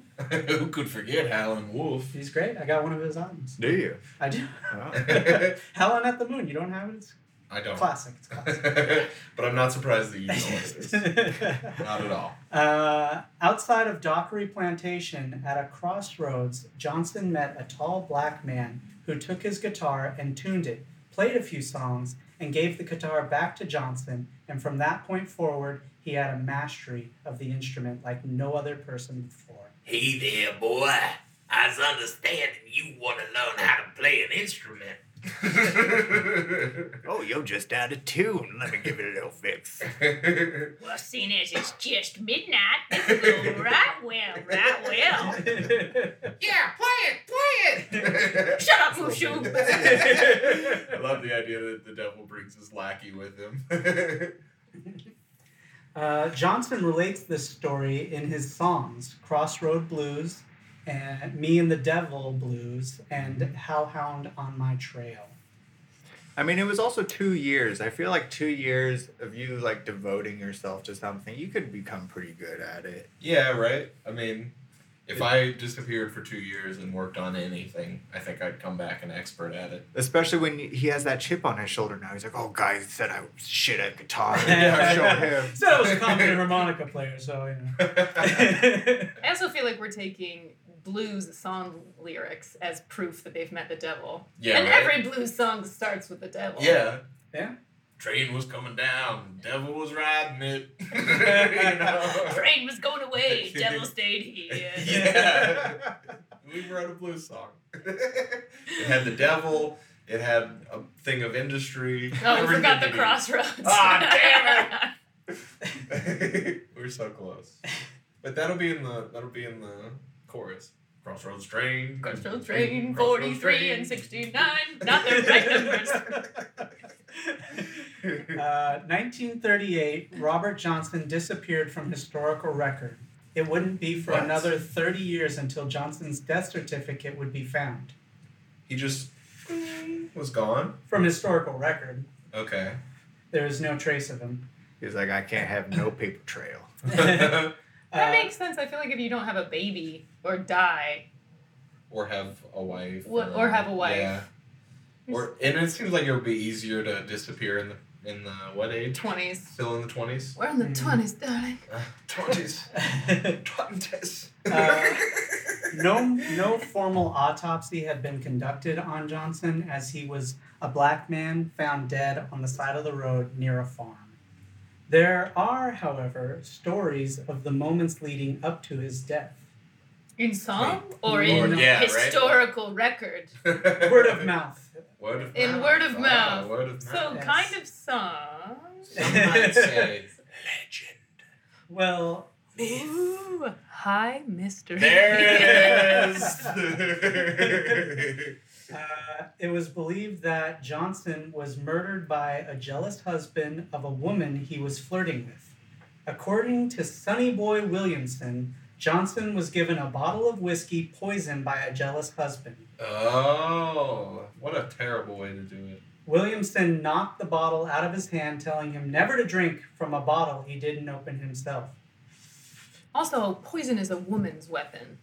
[SPEAKER 3] Who could forget Howlin' Wolf?
[SPEAKER 1] He's great. I got one of his albums.
[SPEAKER 5] [LAUGHS] Do you?
[SPEAKER 1] I
[SPEAKER 3] [LAUGHS]
[SPEAKER 1] do.
[SPEAKER 5] Oh.
[SPEAKER 3] I
[SPEAKER 1] Helen at the Moon. You don't have it? It's
[SPEAKER 3] don't.
[SPEAKER 1] classic. It's classic.
[SPEAKER 3] [LAUGHS] but I'm not surprised that you know what it
[SPEAKER 1] [LAUGHS]
[SPEAKER 3] is. Not at all.
[SPEAKER 1] uh, outside of Dockery Plantation, at a crossroads, Johnson met a tall black man who took his guitar and tuned it, played a few songs, and gave the guitar back to Johnson. And from that point forward, he had a mastery of the instrument like no other person
[SPEAKER 3] [LAUGHS]
[SPEAKER 1] before.
[SPEAKER 6] Hey there, boy. I's understanding you want to learn how to play an instrument.
[SPEAKER 5] oh, you're just out of tune. Let me give it a little fix.
[SPEAKER 3] [LAUGHS]
[SPEAKER 2] Well, seeing as it's just midnight, it will right well, right well.
[SPEAKER 6] Yeah, play it, play
[SPEAKER 2] Shut up, Mushu.
[SPEAKER 3] [LAUGHS] I love the idea that the devil brings his lackey with him. [LAUGHS]
[SPEAKER 1] Uh, Johnson relates this story in his songs Crossroad Blues and Me and the Devil Blues and Howhound on My Trail.
[SPEAKER 5] I mean, it was also two years. I feel like two years of you like devoting yourself to something, you could become pretty good at it.
[SPEAKER 3] yeah, right? I mean, if I disappeared for two years and worked on anything, I think I'd come back an expert at it.
[SPEAKER 5] Especially when he has that chip on his shoulder now. He's like, "Oh, guys said I was shit at [LAUGHS] guitar. yeah, show him."
[SPEAKER 1] [LAUGHS] So I was a competent harmonica player, so you know. [LAUGHS]
[SPEAKER 2] I also feel like we're taking blues song lyrics as proof that they've met the devil.
[SPEAKER 3] yeah,
[SPEAKER 2] and
[SPEAKER 3] right?
[SPEAKER 2] every blues song starts with the devil.
[SPEAKER 3] yeah.
[SPEAKER 1] Yeah.
[SPEAKER 3] Train was coming down, devil was riding it. [LAUGHS] you know?
[SPEAKER 2] Train was going
[SPEAKER 3] [LAUGHS]
[SPEAKER 2] away, devil stayed here.
[SPEAKER 3] Yeah. we wrote a blues song. it had the devil. It had a thing of industry.
[SPEAKER 2] Oh, we
[SPEAKER 3] everything
[SPEAKER 2] forgot the
[SPEAKER 3] in it.
[SPEAKER 2] crossroads.
[SPEAKER 3] Ah,
[SPEAKER 1] [LAUGHS]
[SPEAKER 3] We're so close. But that'll be in the that'll be in the chorus. Crossroads train.
[SPEAKER 2] [LAUGHS] Crossroads train,
[SPEAKER 3] Crossroads
[SPEAKER 2] 43
[SPEAKER 3] train.
[SPEAKER 2] and 69. Not their right numbers.
[SPEAKER 3] [LAUGHS]
[SPEAKER 1] Uh, 1938, Robert Johnson disappeared from historical record. It wouldn't be for
[SPEAKER 3] What?
[SPEAKER 1] another 30 years until Johnson's death certificate would be found.
[SPEAKER 3] [LAUGHS] He just was gone.
[SPEAKER 1] From historical record,
[SPEAKER 2] [LAUGHS]
[SPEAKER 3] Okay.
[SPEAKER 1] there is no trace of him.
[SPEAKER 5] He's like, I can't have no paper trail.
[SPEAKER 2] That
[SPEAKER 1] Uh,
[SPEAKER 2] makes sense. I feel like if you don't have a baby or die,
[SPEAKER 3] or have a wife.
[SPEAKER 2] Wha- or have a wife.
[SPEAKER 3] Yeah. Or and it seems like it would be easier to disappear in the in the what age?
[SPEAKER 2] 20s.
[SPEAKER 3] Still in the twenties.
[SPEAKER 2] We're in the
[SPEAKER 1] Mm.
[SPEAKER 2] 20s, darling.
[SPEAKER 3] Twenties. [LAUGHS]
[SPEAKER 1] [LAUGHS]
[SPEAKER 3] Twenties. [LAUGHS]
[SPEAKER 1] Uh, no, no formal autopsy had been conducted on Johnson as he was a black man found dead on the side of the road near a farm. There are, however, stories of the moments leading up to his death.
[SPEAKER 2] In song or in
[SPEAKER 1] Lord,
[SPEAKER 3] yeah, right?
[SPEAKER 2] historical record?
[SPEAKER 1] Word of mouth.
[SPEAKER 3] Word of
[SPEAKER 2] In
[SPEAKER 3] mouth.
[SPEAKER 2] word of
[SPEAKER 3] Wow,
[SPEAKER 2] mouth.
[SPEAKER 3] Word of mouth.
[SPEAKER 2] So,
[SPEAKER 1] Yes.
[SPEAKER 2] kind of song.
[SPEAKER 3] Some might say
[SPEAKER 6] Legend.
[SPEAKER 1] Well,
[SPEAKER 2] Ooh, hi, mystery. [LAUGHS]
[SPEAKER 3] There it [LAUGHS]
[SPEAKER 1] is.
[SPEAKER 3] is.
[SPEAKER 1] uh, it was believed that Johnson was murdered by a jealous husband of a woman he was flirting with. According to Sonny Boy Williamson, Johnson was given a bottle of whiskey poisoned by a jealous husband.
[SPEAKER 3] oh, what a terrible way to do it.
[SPEAKER 1] Williamson knocked the bottle out of his hand, telling him never to drink from a bottle he didn't open himself.
[SPEAKER 2] Also, poison is a woman's weapon.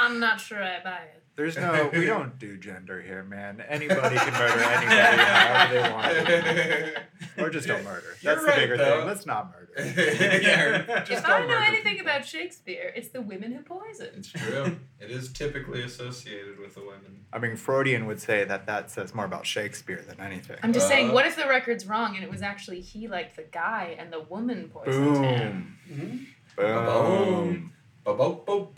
[SPEAKER 2] I'm not sure I buy it.
[SPEAKER 5] There's no, we don't do gender here, man. Anybody can murder anybody however they want. Or just don't [LAUGHS] murder.
[SPEAKER 3] You're
[SPEAKER 5] That's the
[SPEAKER 3] right,
[SPEAKER 5] bigger
[SPEAKER 3] though.
[SPEAKER 5] thing. Let's not [LAUGHS] murder.
[SPEAKER 3] [LAUGHS] yeah, just
[SPEAKER 2] if I
[SPEAKER 3] don't
[SPEAKER 2] know
[SPEAKER 3] murder
[SPEAKER 2] anything
[SPEAKER 3] people.
[SPEAKER 2] about Shakespeare, it's the women who poison.
[SPEAKER 3] It's true. it is typically associated with the women.
[SPEAKER 5] I mean, Freudian would say that that says more about Shakespeare than anything.
[SPEAKER 2] I'm just saying,
[SPEAKER 3] Uh.
[SPEAKER 2] what if the record's wrong and it was actually he liked the guy and the woman poisoned him?
[SPEAKER 5] [LAUGHS] Boom.
[SPEAKER 1] Mhm.
[SPEAKER 5] [LAUGHS] Boom.
[SPEAKER 3] Boom.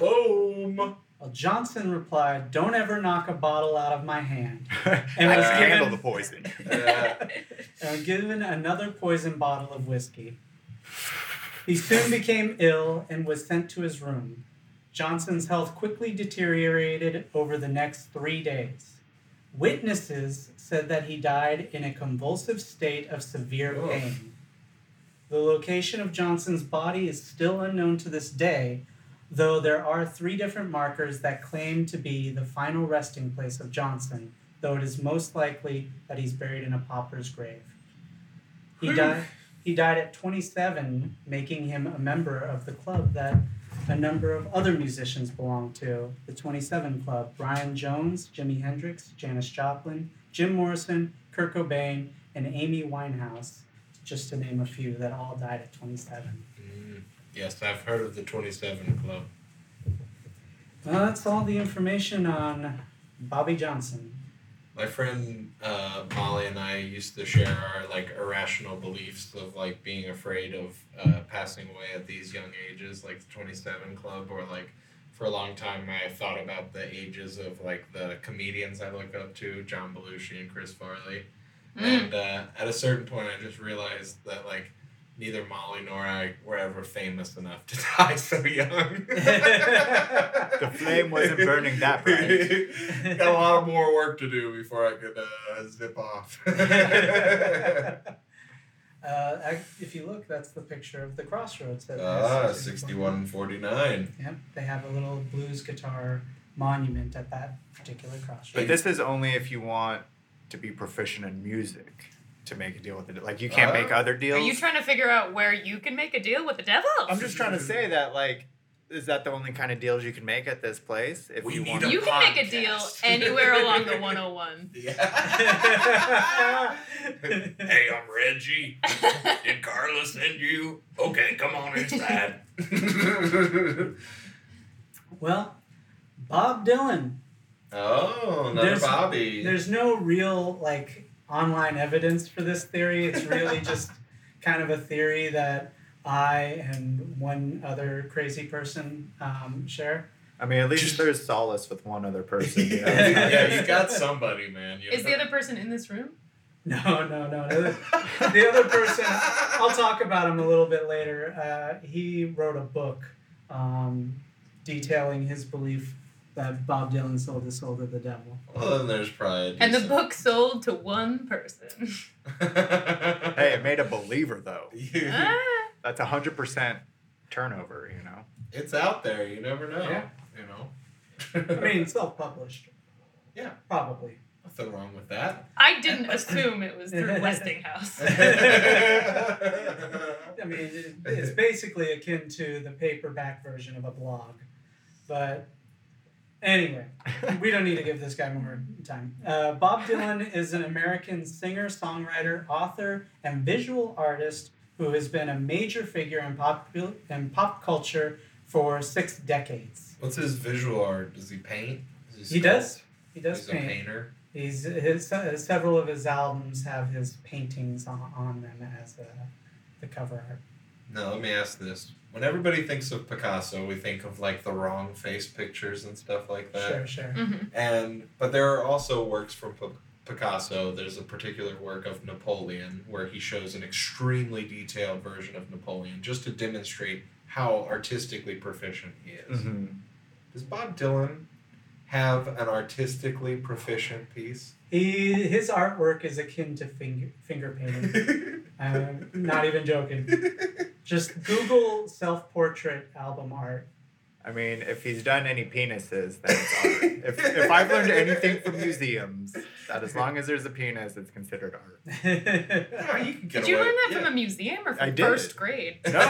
[SPEAKER 3] Boom.
[SPEAKER 1] Well, Johnson replied, Don't ever knock a bottle out of my hand. And
[SPEAKER 5] I
[SPEAKER 1] was
[SPEAKER 5] can
[SPEAKER 1] given-
[SPEAKER 5] handle the poison.
[SPEAKER 3] Uh,
[SPEAKER 1] and given another poison bottle of whiskey. He soon became ill and was sent to his room. Johnson's health quickly deteriorated over the next three days. Witnesses said that he died in a convulsive state of severe
[SPEAKER 3] Oof.
[SPEAKER 1] pain. The location of Johnson's body is still unknown to this day, though there are three different markers that claim to be the final resting place of Johnson, though it is most likely that he's buried in a pauper's grave. He
[SPEAKER 3] Whew.
[SPEAKER 1] died he died at 27, making him a member of the club that a number of other musicians belong to, the 27 Club. Brian Jones, Jimi Hendrix, Janis Joplin, Jim Morrison, Kurt Cobain, and Amy Winehouse, just to name a few that all died at 27.
[SPEAKER 3] mm, yes, I've heard of the 27 Club.
[SPEAKER 1] Well, that's all the information on Bobby Johnson.
[SPEAKER 3] My friend uh, Molly and I used to share our like irrational beliefs of like being afraid of uh, passing away at these young ages, like the twenty seven club, or like for a long time I thought about the ages of like the comedians I look up to, John Belushi and Chris Farley,
[SPEAKER 2] Mm.
[SPEAKER 3] and uh, at a certain point I just realized that like neither Molly nor I were ever famous enough to [LAUGHS] die so young.
[SPEAKER 5] [LAUGHS] The flame wasn't burning that
[SPEAKER 3] [LAUGHS]
[SPEAKER 5] bright.
[SPEAKER 3] Got a lot of more work to do before I could uh, zip off. [LAUGHS]
[SPEAKER 1] [LAUGHS]
[SPEAKER 3] Ah,
[SPEAKER 1] uh, I, if you look, that's the picture of the crossroads. That
[SPEAKER 3] ah,
[SPEAKER 1] has
[SPEAKER 3] 61 and 49.
[SPEAKER 1] Yep, they have a little blues guitar monument at that particular crossroads. [LAUGHS]
[SPEAKER 5] But this is only if you want to be proficient in music to make a deal with it. Like, you can't make
[SPEAKER 3] Oh.
[SPEAKER 5] other deals.
[SPEAKER 2] Are you trying to figure out where you can make a deal with the devil?
[SPEAKER 5] I'm just trying to say that, like, is that the only kind of deals you can make at this place? If
[SPEAKER 6] We
[SPEAKER 5] you
[SPEAKER 6] need
[SPEAKER 5] want
[SPEAKER 2] [LAUGHS]
[SPEAKER 6] a-
[SPEAKER 2] you can make a deal
[SPEAKER 3] [LAUGHS]
[SPEAKER 6] podcast.
[SPEAKER 2] anywhere along the 101.
[SPEAKER 3] Yeah.
[SPEAKER 6] Hey, I'm Reggie. Did Carla send you? Okay, come on inside.
[SPEAKER 1] well, Bob Dylan.
[SPEAKER 3] [LAUGHS] oh, another
[SPEAKER 1] There's-
[SPEAKER 3] Bobby.
[SPEAKER 1] There's no real like online evidence for this theory. It's really just kind of a theory that I and one other crazy person um, share.
[SPEAKER 5] I mean, at least
[SPEAKER 6] Just-
[SPEAKER 5] there's solace with one other person. You [LAUGHS] know?
[SPEAKER 3] yeah, you got somebody, man. You
[SPEAKER 2] Is the other person in this room?
[SPEAKER 1] No, no, no. no.
[SPEAKER 5] [LAUGHS]
[SPEAKER 1] the other person, I'll talk about him a little bit later. Uh, he wrote a book um, detailing his belief that Bob Dylan sold his soul to the devil.
[SPEAKER 3] Well, then there's probably. a
[SPEAKER 2] And the
[SPEAKER 3] decent-
[SPEAKER 2] book sold to one person.
[SPEAKER 3] [LAUGHS]
[SPEAKER 5] Hey, it made a believer though.
[SPEAKER 3] You-
[SPEAKER 2] ah,
[SPEAKER 5] That's a hundred percent turnover. You know.
[SPEAKER 3] it's out there. You never know.
[SPEAKER 1] Yeah.
[SPEAKER 3] You know.
[SPEAKER 1] I mean,
[SPEAKER 3] [LAUGHS]
[SPEAKER 1] it's self-published.
[SPEAKER 3] Yeah.
[SPEAKER 1] Probably.
[SPEAKER 3] Nothing wrong with [LAUGHS] that.
[SPEAKER 1] [LAUGHS]
[SPEAKER 2] I didn't assume it was through Westinghouse.
[SPEAKER 1] I mean, it, it's basically akin to the paperback version of a blog. But anyway, we don't need to give this guy more time. Uh, Bob Dylan is an American singer, songwriter, author, and visual artist who has been a major figure in pop, in pop culture for six decades.
[SPEAKER 3] What's his visual art? Does he paint? Does
[SPEAKER 1] He does.
[SPEAKER 3] sculpt?
[SPEAKER 1] He does
[SPEAKER 3] He's a
[SPEAKER 1] paint.
[SPEAKER 3] painter.
[SPEAKER 1] He's his uh, several of his albums have his paintings on, on them as uh the cover art.
[SPEAKER 3] No, let me ask this. When everybody thinks of Picasso, we think of like the wrong face pictures and stuff like that.
[SPEAKER 1] Sure, sure.
[SPEAKER 2] Mhm.
[SPEAKER 3] And but there are also works from P- Picasso. There's a particular work of Napoleon where he shows an extremely detailed version of Napoleon just to demonstrate how artistically proficient he is.
[SPEAKER 5] Mm-hmm.
[SPEAKER 3] Does Bob Dylan have an artistically proficient piece?
[SPEAKER 1] [LAUGHS] He his artwork is akin to finger finger
[SPEAKER 3] [LAUGHS]
[SPEAKER 1] painting. I'm Um, not even joking.
[SPEAKER 3] Ah,
[SPEAKER 1] Just Google self portrait album art.
[SPEAKER 5] I mean, if he's done any penises, then it's art. if, if I've learned anything from museums, that as long as there's a penis, it's considered art.
[SPEAKER 1] [LAUGHS]
[SPEAKER 3] No, you can get
[SPEAKER 2] Did you
[SPEAKER 3] away-
[SPEAKER 2] learn that from
[SPEAKER 3] yeah.
[SPEAKER 2] a museum or
[SPEAKER 5] I
[SPEAKER 2] from
[SPEAKER 5] did.
[SPEAKER 2] first grade?
[SPEAKER 3] [LAUGHS]
[SPEAKER 5] No.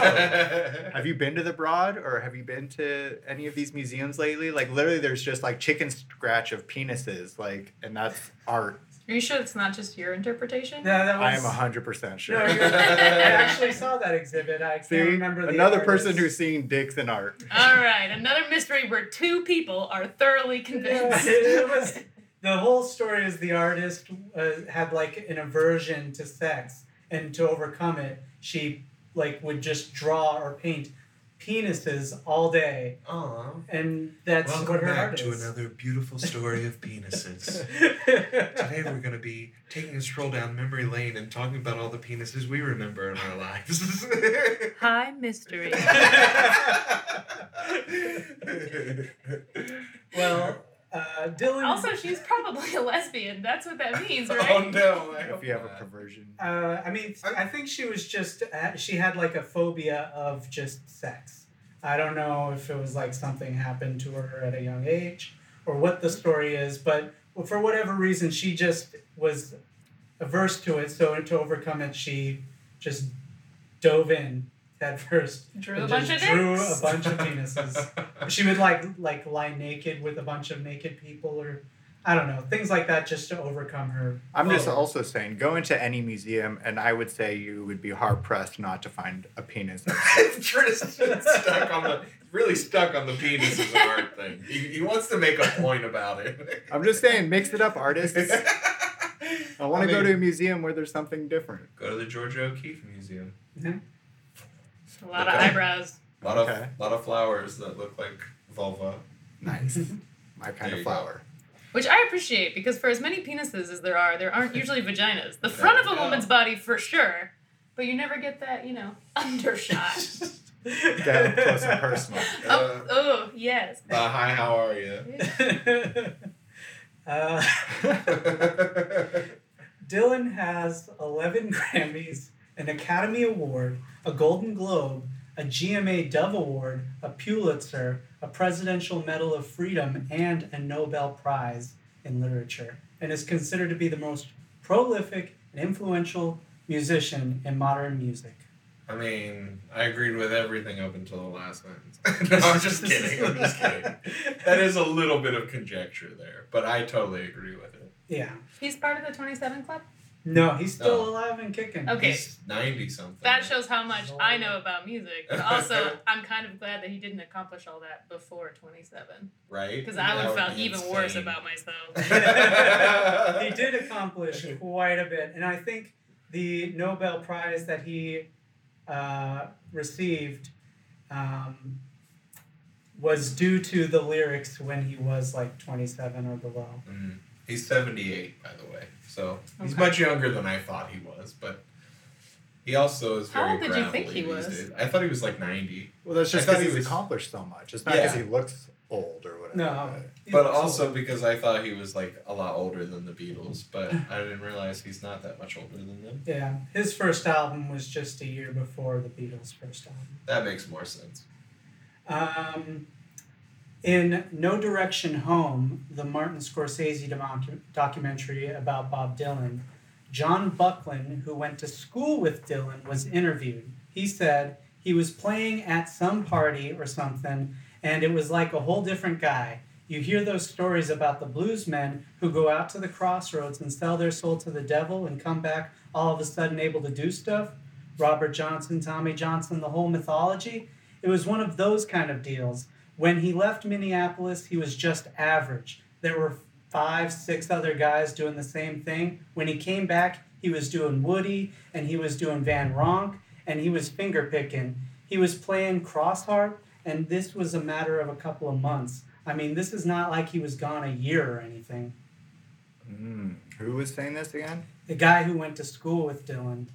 [SPEAKER 5] Have you been to the Broad or have you been to any of these museums lately? Like, literally, there's just like chicken scratch of penises, like, and that's art.
[SPEAKER 2] Are you sure it's not just your interpretation?
[SPEAKER 1] No, that
[SPEAKER 5] I
[SPEAKER 1] was
[SPEAKER 5] am 100% sure. [LAUGHS]
[SPEAKER 1] No, you're, I actually saw that exhibit. I can't
[SPEAKER 5] See,
[SPEAKER 1] remember the
[SPEAKER 5] another
[SPEAKER 1] artist.
[SPEAKER 5] person who's seeing dicks in art.
[SPEAKER 2] All right, another mystery where two people are thoroughly
[SPEAKER 1] Yeah, [LAUGHS]
[SPEAKER 2] convinced.
[SPEAKER 1] it, it was the whole story is the artist uh, had like an aversion to sex and to overcome it she like would just draw or paint penises all day
[SPEAKER 3] Aw.
[SPEAKER 1] and that's
[SPEAKER 3] Welcome
[SPEAKER 1] what her
[SPEAKER 3] back
[SPEAKER 1] art
[SPEAKER 3] to
[SPEAKER 1] is. [LAUGHS]
[SPEAKER 3] another beautiful story of penises. Today we're going to be taking a stroll down memory lane and talking about all the penises we remember in our lives.
[SPEAKER 2] [LAUGHS] Hi,
[SPEAKER 1] [LAUGHS]
[SPEAKER 2] mystery.
[SPEAKER 1] well uh, dylan
[SPEAKER 2] also, she's probably a lesbian. That's what that means, right?
[SPEAKER 3] Oh no! I
[SPEAKER 5] If
[SPEAKER 3] hope
[SPEAKER 5] you have
[SPEAKER 3] [LAUGHS]
[SPEAKER 5] a
[SPEAKER 3] not.
[SPEAKER 5] perversion.
[SPEAKER 1] uh, i mean i think she was just uh, she had like a phobia of just sex i don't know if it was like something happened to her at a young age or what the story is but for whatever reason she just was averse to it so to overcome it she just dove in head first
[SPEAKER 2] Drew
[SPEAKER 1] and
[SPEAKER 2] a bunch
[SPEAKER 1] just
[SPEAKER 2] of
[SPEAKER 1] drew a
[SPEAKER 2] dicks.
[SPEAKER 1] bunch of
[SPEAKER 2] [LAUGHS]
[SPEAKER 1] penises she would like like lie naked with a bunch of naked people or I don't know things like that just to overcome her.
[SPEAKER 5] I'm just
[SPEAKER 1] phobia.
[SPEAKER 5] also saying, go into any museum, and I would say you would be hard pressed not to find a penis.
[SPEAKER 3] Tristan stuck on the really stuck on the penises of art thing. He, he wants to make a point about it.
[SPEAKER 5] I'm just saying, mix it up, artists. I want to go to a
[SPEAKER 3] mean-
[SPEAKER 5] museum where there's something different.
[SPEAKER 3] Go to the Georgia O'Keeffe Museum.
[SPEAKER 2] a lot of
[SPEAKER 3] Okay.
[SPEAKER 2] eyebrows.
[SPEAKER 3] A lot
[SPEAKER 5] Okay.
[SPEAKER 3] of lot of flowers that look like vulva.
[SPEAKER 5] Nice. [LAUGHS] My kind
[SPEAKER 3] There
[SPEAKER 5] of
[SPEAKER 3] you go.
[SPEAKER 5] flower.
[SPEAKER 2] Which I appreciate because for as many penises as there are, there aren't usually vaginas. The front of a
[SPEAKER 3] Yeah.
[SPEAKER 2] woman's body for sure, but you never get that, you know,
[SPEAKER 3] [LAUGHS]
[SPEAKER 1] [LAUGHS]
[SPEAKER 2] undershot.
[SPEAKER 5] Down close and personal.
[SPEAKER 3] Uh,
[SPEAKER 2] oh, oh, yes.
[SPEAKER 3] uh, hi, how are you?
[SPEAKER 2] [LAUGHS]
[SPEAKER 1] [LAUGHS] uh, Dylan has 11 Grammys, an Academy Award, a Golden Globe, a GMA Dove Award, a Pulitzer, a Presidential Medal of Freedom, and a Nobel Prize in Literature, and is considered to be the most prolific and influential musician in modern music.
[SPEAKER 3] I mean, I agreed with everything up until the last sentence. [LAUGHS] no, [LAUGHS] I'm just kidding. I'm just kidding. That is a little bit of conjecture there, but I totally agree with it.
[SPEAKER 1] [LAUGHS] Yeah.
[SPEAKER 2] He's part of the 27 Club.
[SPEAKER 1] No, he's still
[SPEAKER 3] No.
[SPEAKER 1] alive and kicking.
[SPEAKER 2] Okay.
[SPEAKER 3] He's 90 something.
[SPEAKER 2] That shows how much I know about music. But also, I'm kind of glad that he didn't accomplish all that before 27.
[SPEAKER 3] Right?
[SPEAKER 2] Because I would have
[SPEAKER 3] That
[SPEAKER 2] felt
[SPEAKER 3] be
[SPEAKER 2] even worse
[SPEAKER 3] insane.
[SPEAKER 2] about
[SPEAKER 1] [LAUGHS]
[SPEAKER 2] myself.
[SPEAKER 1] he did accomplish quite a bit, and I think the Nobel Prize that he uh, received um, was due to the lyrics when he was like 27 or below.
[SPEAKER 3] Mm. He's 78, by the way. So he's
[SPEAKER 2] Okay.
[SPEAKER 3] much younger than I thought he was, but He also is very
[SPEAKER 2] How old did you
[SPEAKER 3] gravelly
[SPEAKER 2] think he
[SPEAKER 3] these
[SPEAKER 2] was?
[SPEAKER 3] days. I thought he was like 90.
[SPEAKER 5] Well, that's just
[SPEAKER 3] I thought
[SPEAKER 5] because
[SPEAKER 3] he
[SPEAKER 5] he's
[SPEAKER 3] was-
[SPEAKER 5] accomplished so much. It's not because
[SPEAKER 3] Yeah.
[SPEAKER 5] he looks old or whatever.
[SPEAKER 1] No.
[SPEAKER 5] but-
[SPEAKER 3] Uh, But also because I thought he was like a lot older than the Beatles, but I didn't realize he's not that much older than them.
[SPEAKER 1] Yeah, his first album was just a year before the Beatles' first album.
[SPEAKER 3] That makes more sense.
[SPEAKER 1] Um, in No Direction Home, the Martin Scorsese docu- documentary about Bob Dylan, John Buckland, who went to school with Dylan, was interviewed. He said he was playing at some party or something, and it was like a whole different guy. You hear those stories about the blues men who go out to the crossroads and sell their soul to the devil and come back all of a sudden able to do stuff. Robert Johnson, Tommy Johnson, the whole mythology. It was one of those kind of deals. When he left Minneapolis, he was just average. There were five, six other guys doing the same thing. When he came back, he was doing Woody and he was doing Van Ronk and he was finger picking. He was playing crossheart, and this was a matter of a couple of months. I mean, this is not like he was gone a year or anything.
[SPEAKER 5] Mm. Who was saying this again?
[SPEAKER 1] The guy who went to school with Dylan.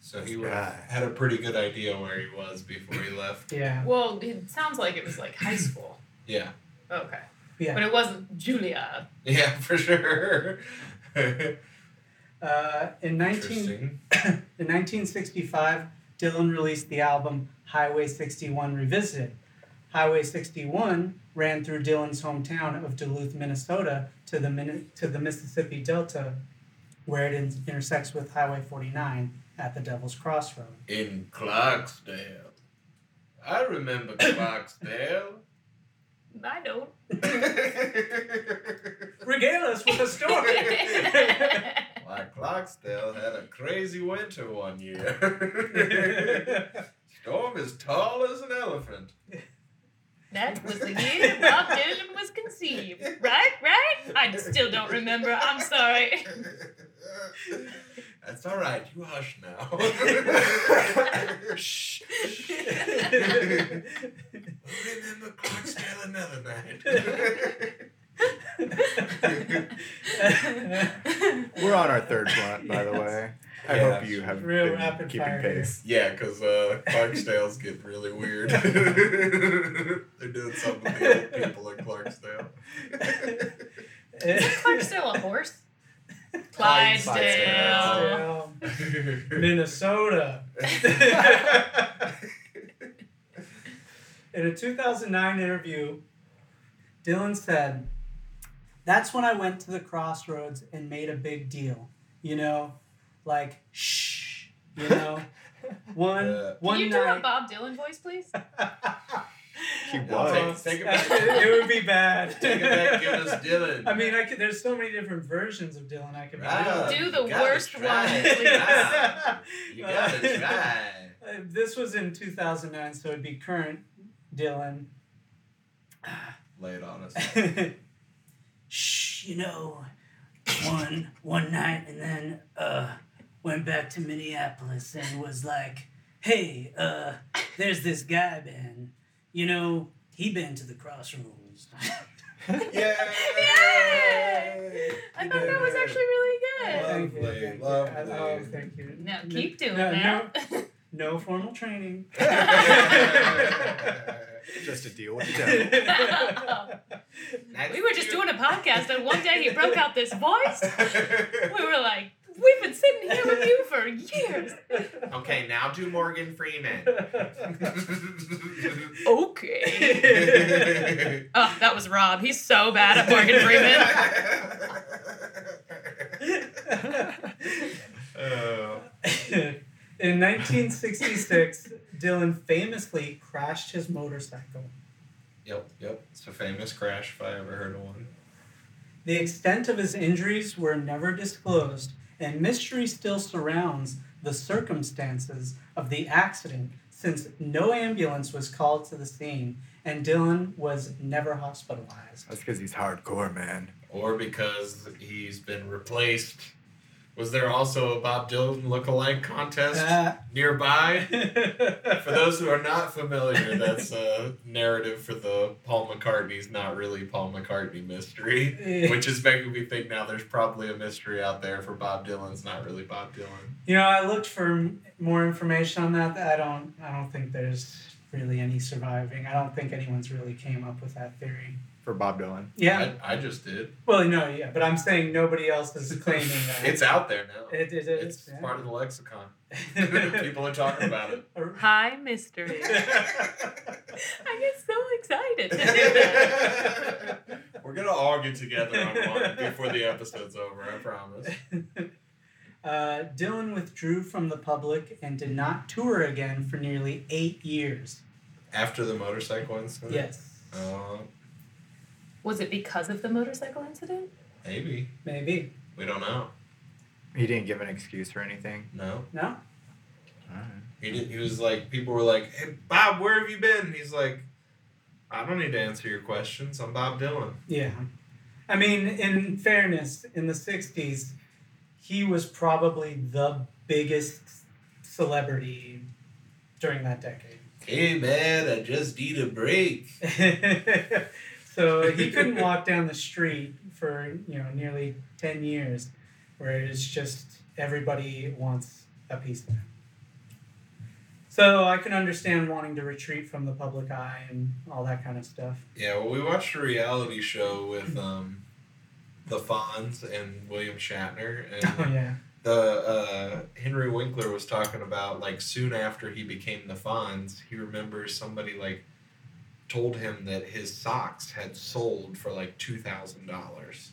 [SPEAKER 3] So he would
[SPEAKER 5] Yeah.
[SPEAKER 3] had a pretty good idea where he was before he left.
[SPEAKER 1] Yeah.
[SPEAKER 2] Well, it sounds like it was like high school.
[SPEAKER 3] Yeah. [LAUGHS]
[SPEAKER 2] Okay.
[SPEAKER 1] Yeah.
[SPEAKER 2] But it wasn't Julia.
[SPEAKER 3] Yeah, for sure.
[SPEAKER 1] Uh, in 19-
[SPEAKER 3] Interesting.
[SPEAKER 1] In 1965, Dylan released the album Highway 61 Revisited. Highway 61 ran through Dylan's hometown of Duluth, Minnesota, to the Min- to the Mississippi Delta, where it in- intersects with Highway 49 at the Devil's Crossroad.
[SPEAKER 6] In Clarksdale. I remember Clarksdale.
[SPEAKER 2] I don't.
[SPEAKER 1] Regale us with a
[SPEAKER 2] [LAUGHS]
[SPEAKER 1] [LAUGHS]
[SPEAKER 3] Why Clarksdale had a crazy winter one
[SPEAKER 1] [LAUGHS]
[SPEAKER 3] year. [LAUGHS] Storm as tall as an elephant.
[SPEAKER 2] that was the year Bob Dylan was conceived. Right? Right? I still don't remember. I'm
[SPEAKER 3] [LAUGHS]
[SPEAKER 2] sorry. [LAUGHS]
[SPEAKER 3] That's all right. You hush [LAUGHS] now. Shh. We'll remember Clarksdale another night.
[SPEAKER 5] We're on our third blunt, by [LAUGHS] the
[SPEAKER 1] Yes.
[SPEAKER 5] way. I
[SPEAKER 3] Yeah.
[SPEAKER 5] hope you have
[SPEAKER 1] Real
[SPEAKER 5] been
[SPEAKER 1] rapid
[SPEAKER 5] keeping
[SPEAKER 1] fire.
[SPEAKER 5] pace.
[SPEAKER 3] [LAUGHS] yeah, because uh, Clarksdales get really weird. [LAUGHS] They're doing something to the old people in Clarksdale. [LAUGHS]
[SPEAKER 2] Is Clarksdale a
[SPEAKER 1] [LAUGHS]
[SPEAKER 2] horse? Clydesdale.
[SPEAKER 1] Clarksdale,
[SPEAKER 3] [LAUGHS]
[SPEAKER 1] Minnesota. In a 2009 interview, Dylan said, That's when I went to the crossroads and made a big deal. You know, like, shh, you
[SPEAKER 3] [LAUGHS]
[SPEAKER 1] know, one,
[SPEAKER 3] Yeah.
[SPEAKER 2] Can
[SPEAKER 1] one
[SPEAKER 2] you do a
[SPEAKER 1] night.
[SPEAKER 2] Bob Dylan voice, please?
[SPEAKER 5] He
[SPEAKER 3] Take-
[SPEAKER 5] was.
[SPEAKER 1] [LAUGHS]
[SPEAKER 3] take it back.
[SPEAKER 1] it would be bad.
[SPEAKER 3] Take it back,
[SPEAKER 1] [LAUGHS]
[SPEAKER 3] give us Dylan.
[SPEAKER 1] I mean, I could, there's so many different versions of Dylan I could
[SPEAKER 3] Right.
[SPEAKER 1] do.
[SPEAKER 2] Do the
[SPEAKER 3] You gotta
[SPEAKER 2] worst
[SPEAKER 3] try.
[SPEAKER 2] one, please.
[SPEAKER 1] [LAUGHS]
[SPEAKER 3] Right. You gotta try.
[SPEAKER 1] Uh, this was in 2009, so it'd be current Dylan.
[SPEAKER 3] Lay it on us. [LAUGHS]
[SPEAKER 1] Shh, you know, one one night, and then uh, went back to Minneapolis and was like, "Hey, uh, there's this guy Ben. You know, he been to the crossroads."
[SPEAKER 2] Yay! I thought that was actually really good.
[SPEAKER 1] Thank you,
[SPEAKER 3] Lovely,
[SPEAKER 1] thank you.
[SPEAKER 3] lovely.
[SPEAKER 1] Oh, thank you.
[SPEAKER 2] Now keep doing
[SPEAKER 1] No,
[SPEAKER 2] that.
[SPEAKER 1] No, no formal [LAUGHS]
[SPEAKER 3] [LAUGHS]
[SPEAKER 1] training.
[SPEAKER 5] Just a deal with [LAUGHS] the devil.
[SPEAKER 2] [LAUGHS] we were just doing a podcast, and one day he broke out this voice. We were like, we've been sitting here with you for years.
[SPEAKER 6] [LAUGHS] Okay, now do Morgan Freeman.
[SPEAKER 2] Okay. Oh, that was Rob. He's so bad at Morgan
[SPEAKER 6] [LAUGHS]
[SPEAKER 2] Freeman.
[SPEAKER 3] oh.
[SPEAKER 1] In 1966, Dylan famously crashed his motorcycle.
[SPEAKER 3] Yep, yep. It's a famous crash if I ever heard of one.
[SPEAKER 1] The extent of his injuries were never disclosed, and mystery still surrounds the circumstances of the accident since no ambulance was called to the scene and Dylan was never
[SPEAKER 5] [LAUGHS]
[SPEAKER 1] hospitalized.
[SPEAKER 5] That's because he's hardcore, man.
[SPEAKER 3] Or because he's been replaced Was there also a Bob Dylan lookalike contest
[SPEAKER 1] Ah.
[SPEAKER 3] nearby? For those who are not familiar, that's a narrative for the Paul McCartney's not really Paul McCartney mystery,
[SPEAKER 1] Eh.
[SPEAKER 3] which is making me think now there's probably a mystery out there for Bob Dylan's not really Bob Dylan.
[SPEAKER 1] You know, I looked for m- more information on that. I don't. I don't think there's really any surviving. I don't think anyone's really came up with that theory.
[SPEAKER 5] for Bob Dylan.
[SPEAKER 1] Yeah.
[SPEAKER 3] I, I just did.
[SPEAKER 1] Well, no, yeah, but I'm saying nobody else is claiming that.
[SPEAKER 3] [LAUGHS] It's out there now.
[SPEAKER 1] It, it,
[SPEAKER 3] It's
[SPEAKER 1] it's yeah. [LAUGHS]
[SPEAKER 3] part of the lexicon. People are talking about it.
[SPEAKER 2] Hi, mystery. I get so excited. to do
[SPEAKER 1] [LAUGHS]
[SPEAKER 2] that.
[SPEAKER 3] We're gonna all get together on one before the episode's over. I promise.
[SPEAKER 1] Uh, Dylan withdrew from the public and did not tour again for nearly eight years.
[SPEAKER 3] After the motorcycle incident.
[SPEAKER 1] Yes.
[SPEAKER 3] Uh,
[SPEAKER 2] Was it because of the motorcycle incident?
[SPEAKER 3] maybe
[SPEAKER 1] Maybe.
[SPEAKER 3] we don't know.
[SPEAKER 5] He didn't give an excuse or anything.
[SPEAKER 3] No,
[SPEAKER 1] No?
[SPEAKER 3] he didn't. He was like, people were like, "Hey, Bob, where have you been?" And he's like, "I don't need to answer your questions. I'm Bob Dylan."
[SPEAKER 1] Yeah. I mean, in fairness, in the 60s, he was probably the biggest celebrity during that decade.
[SPEAKER 3] Hey man, I just need a break.
[SPEAKER 1] [LAUGHS] so he couldn't walk down the street for, you know, nearly 10 years where it is just everybody wants a piece of him. So I can understand wanting to retreat from the public eye and all that kind of stuff.
[SPEAKER 3] Yeah, well, we watched a reality show with um, the Fonz and William Shatner,
[SPEAKER 1] Oh
[SPEAKER 3] [LAUGHS] and
[SPEAKER 1] yeah. [LAUGHS]
[SPEAKER 3] the uh, Henry Winkler was talking about like soon after he became the Fonz, he remembers somebody like told him that his socks had sold for like two thousand dollars,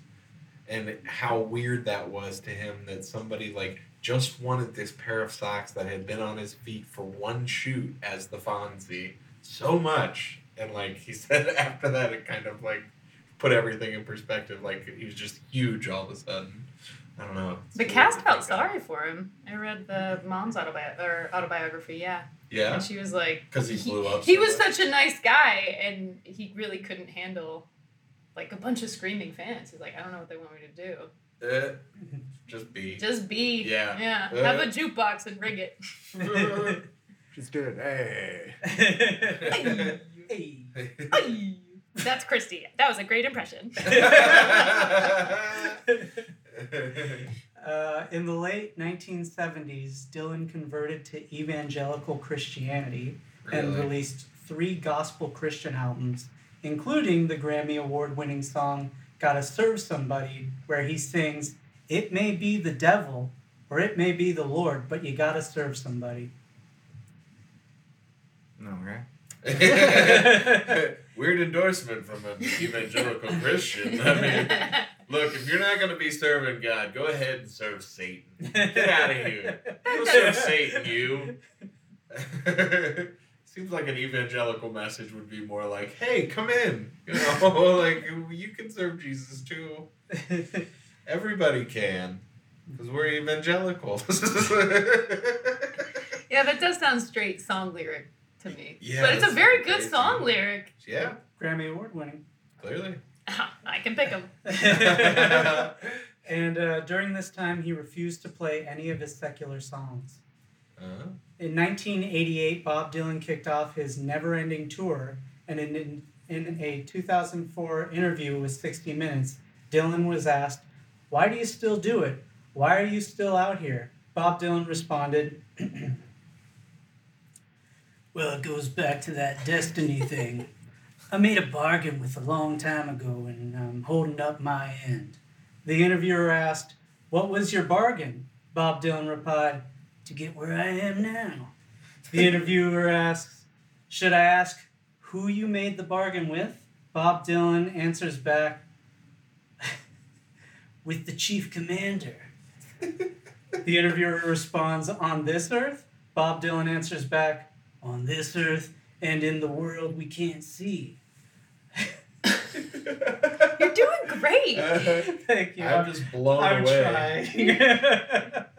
[SPEAKER 3] and how weird that was to him that somebody like just wanted this pair of socks that had been on his feet for one shoot as the Fonzie so much, and like he [LAUGHS] said after that, it kind of like put everything in perspective. Like he was just huge all of a sudden. I don't know. It's
[SPEAKER 2] The
[SPEAKER 3] weird
[SPEAKER 2] cast
[SPEAKER 3] to
[SPEAKER 2] felt
[SPEAKER 3] think of.
[SPEAKER 2] sorry for him. I read the mom's autobi- or autobiography, yeah.
[SPEAKER 3] Yeah,
[SPEAKER 2] And she was like,
[SPEAKER 3] because he blew up.
[SPEAKER 2] He
[SPEAKER 3] so
[SPEAKER 2] was
[SPEAKER 3] much.
[SPEAKER 2] such a nice guy, and he really couldn't handle like a bunch of screaming fans. He's like, I don't know what they want me to do.
[SPEAKER 3] Eh, just be.
[SPEAKER 2] Just be, [LAUGHS]
[SPEAKER 3] Yeah. [LAUGHS]
[SPEAKER 2] yeah.
[SPEAKER 3] Uh.
[SPEAKER 2] Have a jukebox and rig
[SPEAKER 3] [LAUGHS]
[SPEAKER 2] it.
[SPEAKER 5] Just do it. Hey.
[SPEAKER 1] Hey.
[SPEAKER 2] Ay. That's Christy. That was a great
[SPEAKER 3] [LAUGHS]
[SPEAKER 2] impression.
[SPEAKER 1] [LAUGHS] Uh, in the late 1970s, Dylan converted to evangelical Christianity and
[SPEAKER 3] Really?
[SPEAKER 1] released three gospel Christian albums, including the Grammy Award winning song Gotta Serve Somebody, where he sings, It may be the devil or it may be the Lord, but you gotta serve somebody.
[SPEAKER 5] No, okay.
[SPEAKER 3] Weird endorsement from an evangelical Christian. I mean, look, if you're not going to be serving God, go ahead and serve Satan. Get out
[SPEAKER 1] [LAUGHS]
[SPEAKER 3] of here. [LAUGHS] Go serve Satan, you. Seems like an evangelical message would be more like, hey, come in. You know, [LAUGHS] like, you can serve Jesus too. Everybody can. Because we're evangelical.
[SPEAKER 2] yeah, that does sound straight song lyric to me.
[SPEAKER 3] Yeah,
[SPEAKER 2] but it's a
[SPEAKER 3] that's
[SPEAKER 2] very good
[SPEAKER 3] crazy.
[SPEAKER 2] song lyric.
[SPEAKER 3] [LAUGHS]
[SPEAKER 2] [LAUGHS]
[SPEAKER 3] yeah,
[SPEAKER 1] Grammy Award
[SPEAKER 3] [LAUGHS]
[SPEAKER 1] winning.
[SPEAKER 3] clearly.
[SPEAKER 2] I can pick them.
[SPEAKER 3] Uh-huh.
[SPEAKER 1] And uh, during this time, he refused to play any of his secular songs. In 1988, Bob Dylan kicked off his never ending tour, and in, in, in a 2004 interview with 60 Minutes, Dylan was asked, Why do you still do it? Why are you still out here? Bob Dylan responded, Well, it goes back to that destiny thing. I made a bargain with a long time ago, and I'm holding up my end. The interviewer asked, What was your bargain? Bob Dylan replied, to get where I am now. The interviewer asks, Should I ask who you made the bargain with? Bob Dylan answers back, [LAUGHS] With the chief
[SPEAKER 3] [LAUGHS]
[SPEAKER 1] commander. the interviewer responds, On this earth? Bob Dylan answers back, On this earth and in the world we can't see. [LAUGHS]
[SPEAKER 2] You're doing great. [LAUGHS]
[SPEAKER 1] Thank you.
[SPEAKER 3] I'm just blown
[SPEAKER 1] I'm
[SPEAKER 3] away. [LAUGHS]
[SPEAKER 1] trying.
[SPEAKER 5] [LAUGHS]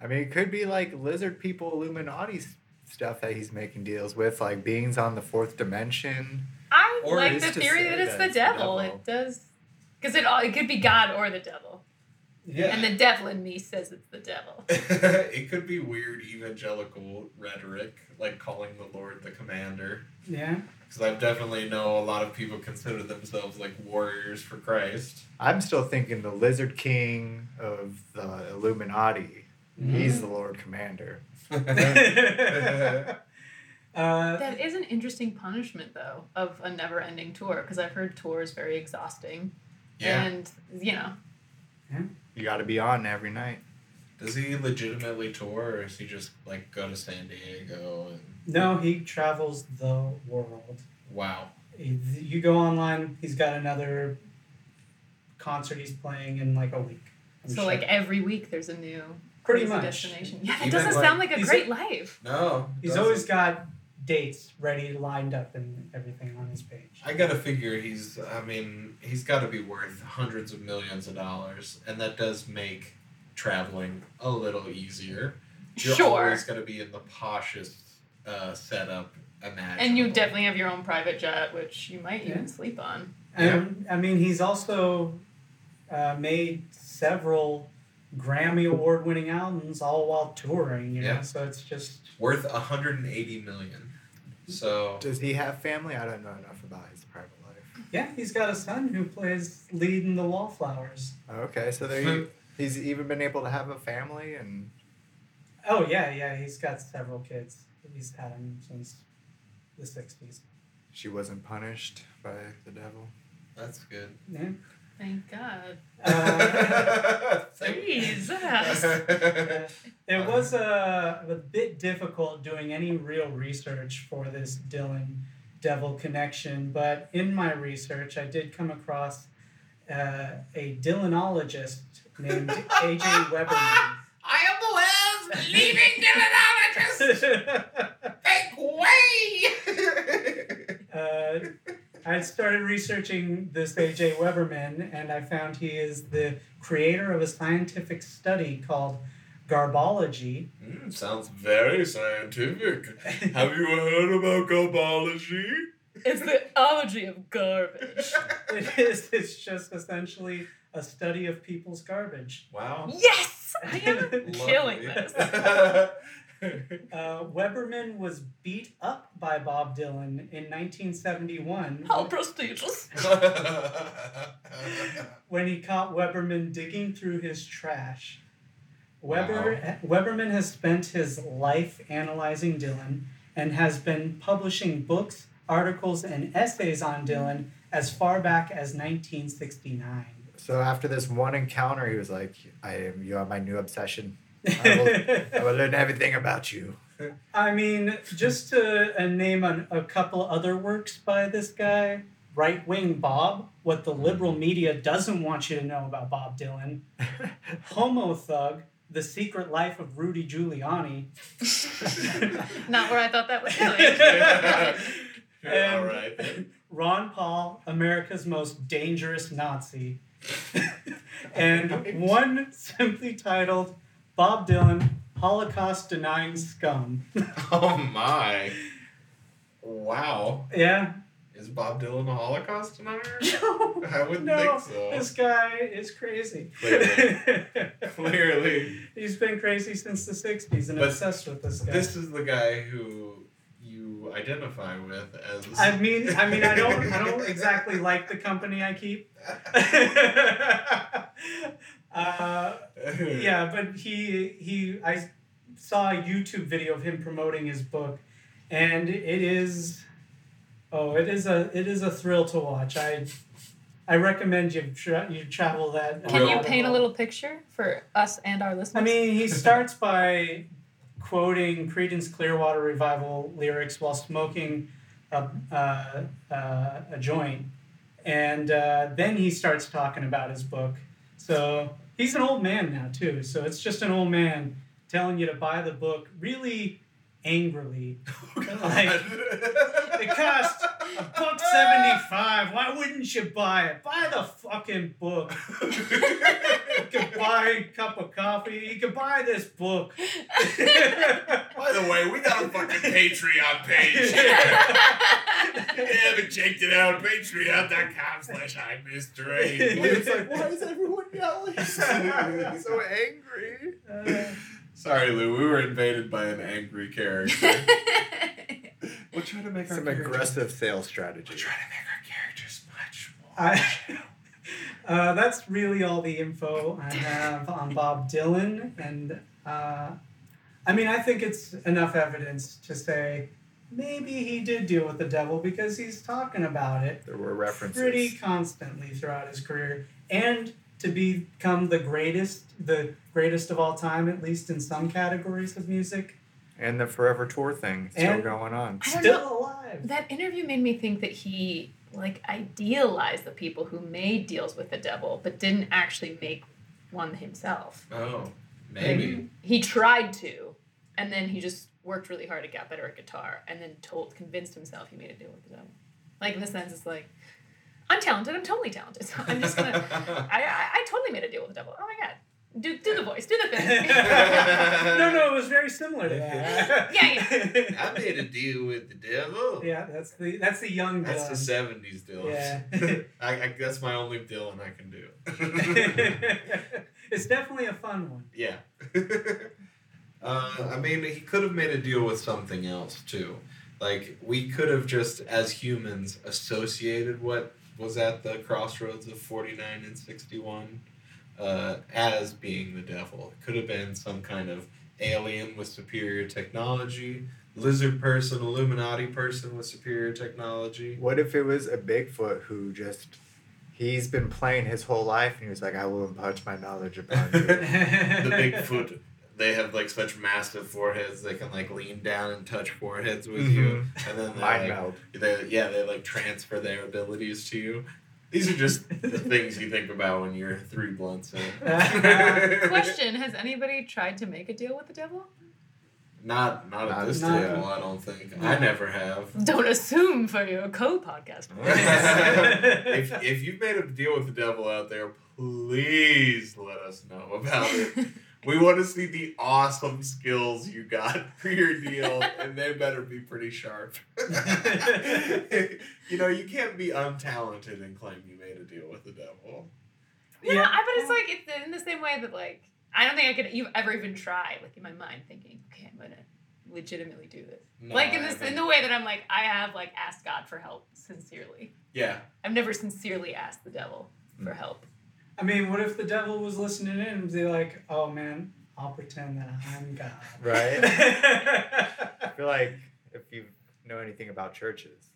[SPEAKER 5] I mean, it could be like lizard people, Illuminati s- stuff that he's making deals with, like beings on the fourth dimension.
[SPEAKER 2] I
[SPEAKER 5] Or
[SPEAKER 2] like
[SPEAKER 5] it's
[SPEAKER 2] the
[SPEAKER 5] to
[SPEAKER 2] theory
[SPEAKER 5] say
[SPEAKER 2] that it's
[SPEAKER 5] that
[SPEAKER 2] the
[SPEAKER 5] it's the
[SPEAKER 2] devil.
[SPEAKER 5] devil.
[SPEAKER 2] It does because it all it could be God or the devil.
[SPEAKER 3] Yeah.
[SPEAKER 2] And the devil in me says it's the devil.
[SPEAKER 3] [LAUGHS] it could be weird evangelical rhetoric, like calling the Lord the commander.
[SPEAKER 1] Yeah.
[SPEAKER 3] Because I definitely know a lot of people consider themselves like warriors
[SPEAKER 1] [LAUGHS]
[SPEAKER 3] for Christ.
[SPEAKER 5] I'm still thinking the Lizard King of the Illuminati. He's the Lord Commander.
[SPEAKER 1] [LAUGHS]
[SPEAKER 3] [LAUGHS]
[SPEAKER 1] uh,
[SPEAKER 2] That is an interesting punishment, though, of a never ending tour, because I've heard tours very exhausting.
[SPEAKER 3] yeah.
[SPEAKER 2] And, you know,
[SPEAKER 5] You got to be on every night.
[SPEAKER 3] Does he legitimately tour or is he just like go to San Diego and
[SPEAKER 1] no, he travels the world.
[SPEAKER 3] wow.
[SPEAKER 1] He- You go online, he's got another concert he's playing in like a week. I'm
[SPEAKER 2] so
[SPEAKER 1] sure.
[SPEAKER 2] like every week there's a new
[SPEAKER 1] Pretty
[SPEAKER 2] crazy
[SPEAKER 1] much.
[SPEAKER 2] destination. Yeah, that
[SPEAKER 3] Even
[SPEAKER 2] doesn't
[SPEAKER 3] like-
[SPEAKER 2] sound like a
[SPEAKER 1] he's-
[SPEAKER 2] great life.
[SPEAKER 3] No.
[SPEAKER 1] he's
[SPEAKER 3] doesn't.
[SPEAKER 1] always got dates ready lined up and everything on his page.
[SPEAKER 3] I gotta figure he's I mean, he's gotta be worth hundreds of millions of dollars, and that does make traveling a little easier. You're
[SPEAKER 2] sure.
[SPEAKER 3] always gonna be in the poshest uh, setup imaginable.
[SPEAKER 2] And you definitely have your own private jet, which you might
[SPEAKER 1] Yeah.
[SPEAKER 2] even sleep on.
[SPEAKER 1] Um, I mean, he's also uh, made several Grammy Award winning albums all while touring, you know,
[SPEAKER 3] Yeah.
[SPEAKER 1] so it's just.
[SPEAKER 3] worth 180 million. So
[SPEAKER 5] Does he have family? I don't know enough about his private life.
[SPEAKER 1] Yeah, he's got a son who plays lead in the Wallflowers.
[SPEAKER 5] Okay, so there you. He's even been able to have a family, and
[SPEAKER 1] Oh, yeah, yeah, he's got several kids. He's had them since the 60s.
[SPEAKER 5] she wasn't punished by the devil.
[SPEAKER 3] that's good.
[SPEAKER 1] Yeah.
[SPEAKER 2] Thank
[SPEAKER 3] [LAUGHS]
[SPEAKER 2] God.
[SPEAKER 1] [LAUGHS] Uh, [LAUGHS]
[SPEAKER 2] Jesus.
[SPEAKER 1] It was uh, a, a bit difficult doing any real research for this Dylan Devil connection, but in my research, I did come across uh, a Dylanologist named A.J. Weberman.
[SPEAKER 6] [LAUGHS] I am Wells, leaving Dylanologist.
[SPEAKER 1] [LAUGHS]
[SPEAKER 6] Take way.
[SPEAKER 1] uh, I started researching this A.J. Weberman, and I found he is the creator of a scientific study called garbology.
[SPEAKER 3] Mm, sounds very scientific. Have you heard about garbology?
[SPEAKER 2] it's the ology of
[SPEAKER 3] [LAUGHS]
[SPEAKER 2] garbage.
[SPEAKER 1] it is, it's just essentially a study of people's garbage.
[SPEAKER 3] [LAUGHS] Wow.
[SPEAKER 2] Yes! I am killing this.
[SPEAKER 3] this.
[SPEAKER 1] [LAUGHS] Uh, Weberman was beat up by Bob Dylan in 1971
[SPEAKER 2] How prestigious.
[SPEAKER 1] when he caught Weberman digging through his trash. Weber, Weberman has spent his life analyzing Dylan and has been publishing books, articles, and essays on Dylan as far back as 1969.
[SPEAKER 5] So after this one encounter, he was like, "I am. You are my new obsession. I
[SPEAKER 1] [LAUGHS]
[SPEAKER 5] will, I will learn everything about you."
[SPEAKER 1] I mean, just to uh, name an, a couple other works by this guy Right Wing Bob, What the Liberal Media Doesn't Want You to Know About Bob
[SPEAKER 3] [LAUGHS]
[SPEAKER 1] Dylan, Homo Thug, The Secret Life of Rudy
[SPEAKER 3] [LAUGHS]
[SPEAKER 1] Giuliani,
[SPEAKER 2] Not where I thought that was going.
[SPEAKER 3] Yeah, All right.
[SPEAKER 1] Ron Paul, America's Most Dangerous
[SPEAKER 3] [LAUGHS]
[SPEAKER 1] Nazi, and one simply titled Bob Dylan, Holocaust Denying Scum. [LAUGHS]
[SPEAKER 3] Oh my. Wow.
[SPEAKER 1] yeah.
[SPEAKER 3] Is Bob Dylan a Holocaust denier?
[SPEAKER 1] No,
[SPEAKER 3] I wouldn't
[SPEAKER 1] no,
[SPEAKER 3] think
[SPEAKER 1] this
[SPEAKER 3] so.
[SPEAKER 1] guy is crazy.
[SPEAKER 3] [LAUGHS] Clearly.
[SPEAKER 1] [LAUGHS] He's been crazy since the 60s and
[SPEAKER 3] But
[SPEAKER 1] obsessed with this guy.
[SPEAKER 3] This is the guy who you identify with as.
[SPEAKER 1] I mean, I mean, I don't, I don't
[SPEAKER 3] [LAUGHS]
[SPEAKER 1] exactly like the company I keep. [LAUGHS] uh, yeah, but he, he, I saw a YouTube video of him promoting his book, and it is, oh, it is a, it is a thrill to watch. I, I recommend you tra- you travel that.
[SPEAKER 2] Can you
[SPEAKER 1] route.
[SPEAKER 2] paint a little picture for us and our listeners?
[SPEAKER 1] I mean, he starts by quoting Creedence Clearwater Revival lyrics while smoking a, uh, uh, a joint. And uh, then he starts talking about his book. So he's an old man now, too. So it's just an old man telling you to buy the book really angrily.
[SPEAKER 3] [LAUGHS]
[SPEAKER 1] like, it cost a buck 75. Why wouldn't you buy it? Buy the fucking book. You could buy a cup of coffee. You could buy this book. [LAUGHS] [LAUGHS]
[SPEAKER 3] By the way, we got a fucking Patreon page. yeah,
[SPEAKER 6] haven't checked it out. Patreon.com slash I mystery.
[SPEAKER 5] It's like, why is everyone yelling? so angry.
[SPEAKER 1] Uh,
[SPEAKER 3] Sorry, Lou. We were invaded by an angry [LAUGHS] character. We'll try to make our
[SPEAKER 5] Some
[SPEAKER 3] characters-
[SPEAKER 5] aggressive sales
[SPEAKER 3] We'll
[SPEAKER 5] strategy.
[SPEAKER 3] try to make our characters much more.
[SPEAKER 1] I, uh, that's really all the info I have on Bob Dylan, and uh, I mean, I think it's enough evidence to say maybe he did deal with the devil because he's talking about it
[SPEAKER 5] There were references.
[SPEAKER 1] pretty constantly throughout his career, and to become the greatest, the greatest of all time, at least in some categories of music,
[SPEAKER 5] And the Forever Tour thing still
[SPEAKER 1] And-
[SPEAKER 5] going on.
[SPEAKER 2] I don't
[SPEAKER 1] still
[SPEAKER 2] know.
[SPEAKER 1] alive.
[SPEAKER 2] [LAUGHS] That interview made me think that he like idealized the people who made deals with the devil, but didn't actually make one himself.
[SPEAKER 3] Oh, maybe.
[SPEAKER 2] He tried to, and then he just worked really hard and got better at guitar, and then told convinced himself he made a deal with the devil. Like in the sense, it's like I'm talented. I'm totally talented. So [LAUGHS] I'm just gonna. I, I I totally made a deal with the devil. Oh my god. Do, do the voice, do the thing.
[SPEAKER 1] [LAUGHS]
[SPEAKER 2] yeah,
[SPEAKER 3] [LAUGHS]
[SPEAKER 1] no, no, it was very similar to that. yeah.
[SPEAKER 3] [LAUGHS] I made a deal with the devil.
[SPEAKER 1] [LAUGHS] Yeah, that's the that's the young
[SPEAKER 3] That's
[SPEAKER 1] Dylan.
[SPEAKER 3] the seventies Dylan.
[SPEAKER 1] Yeah.
[SPEAKER 3] [LAUGHS] I, I, that's my only Dylan I can do. [LAUGHS]
[SPEAKER 2] [LAUGHS]
[SPEAKER 1] it's definitely a fun one.
[SPEAKER 3] yeah. [LAUGHS] uh, I mean, he could have made a deal with something else too. Like we could have just, as humans, associated what was at the crossroads of forty nine and sixty one uh, as being the devil. It could have been some kind of alien with superior technology, lizard person, Illuminati person with superior technology.
[SPEAKER 5] What if it was a Bigfoot who just he's been playing his whole life and he was like, I will impart my knowledge upon
[SPEAKER 3] [LAUGHS]
[SPEAKER 5] you.
[SPEAKER 3] the Bigfoot, [LAUGHS] they have like such massive foreheads. They can like lean down and touch foreheads with you, and then
[SPEAKER 5] Mind
[SPEAKER 3] they, like,
[SPEAKER 5] meld.
[SPEAKER 3] they yeah they like transfer their abilities to you. These are just the things you think about when you're three blunts in.
[SPEAKER 2] Question: Has anybody tried to make a deal with the devil?
[SPEAKER 3] [LAUGHS] Not not at
[SPEAKER 5] Not
[SPEAKER 3] this
[SPEAKER 1] at all.
[SPEAKER 3] table, I don't think. I never
[SPEAKER 2] [LAUGHS]
[SPEAKER 3] have. [LAUGHS]
[SPEAKER 2] Don't assume for your co-podcast. [LAUGHS]
[SPEAKER 3] if if you've made a deal with the devil out there, please let us know about it. We want to see the awesome skills you got [LAUGHS] for your deal, and they better be pretty sharp. [LAUGHS] you know, you can't be untalented and claim you made a deal with the devil.
[SPEAKER 1] [LAUGHS]
[SPEAKER 2] No,
[SPEAKER 1] Yeah.
[SPEAKER 2] I, but it's like it's in the same way that like I don't think I could you've ever even tried like in my mind thinking okay I'm gonna legitimately do this
[SPEAKER 3] No,
[SPEAKER 2] like in
[SPEAKER 3] I
[SPEAKER 2] this in
[SPEAKER 3] haven't.
[SPEAKER 2] the way that I'm like I have like asked God for help sincerely
[SPEAKER 3] yeah,
[SPEAKER 2] I've never sincerely asked the devil
[SPEAKER 3] Mm.
[SPEAKER 2] for help
[SPEAKER 1] I mean, what if the devil was listening in and be like, "Oh man, I'll pretend that I'm God."
[SPEAKER 3] [LAUGHS]
[SPEAKER 5] Right? I feel like if you know anything about churches,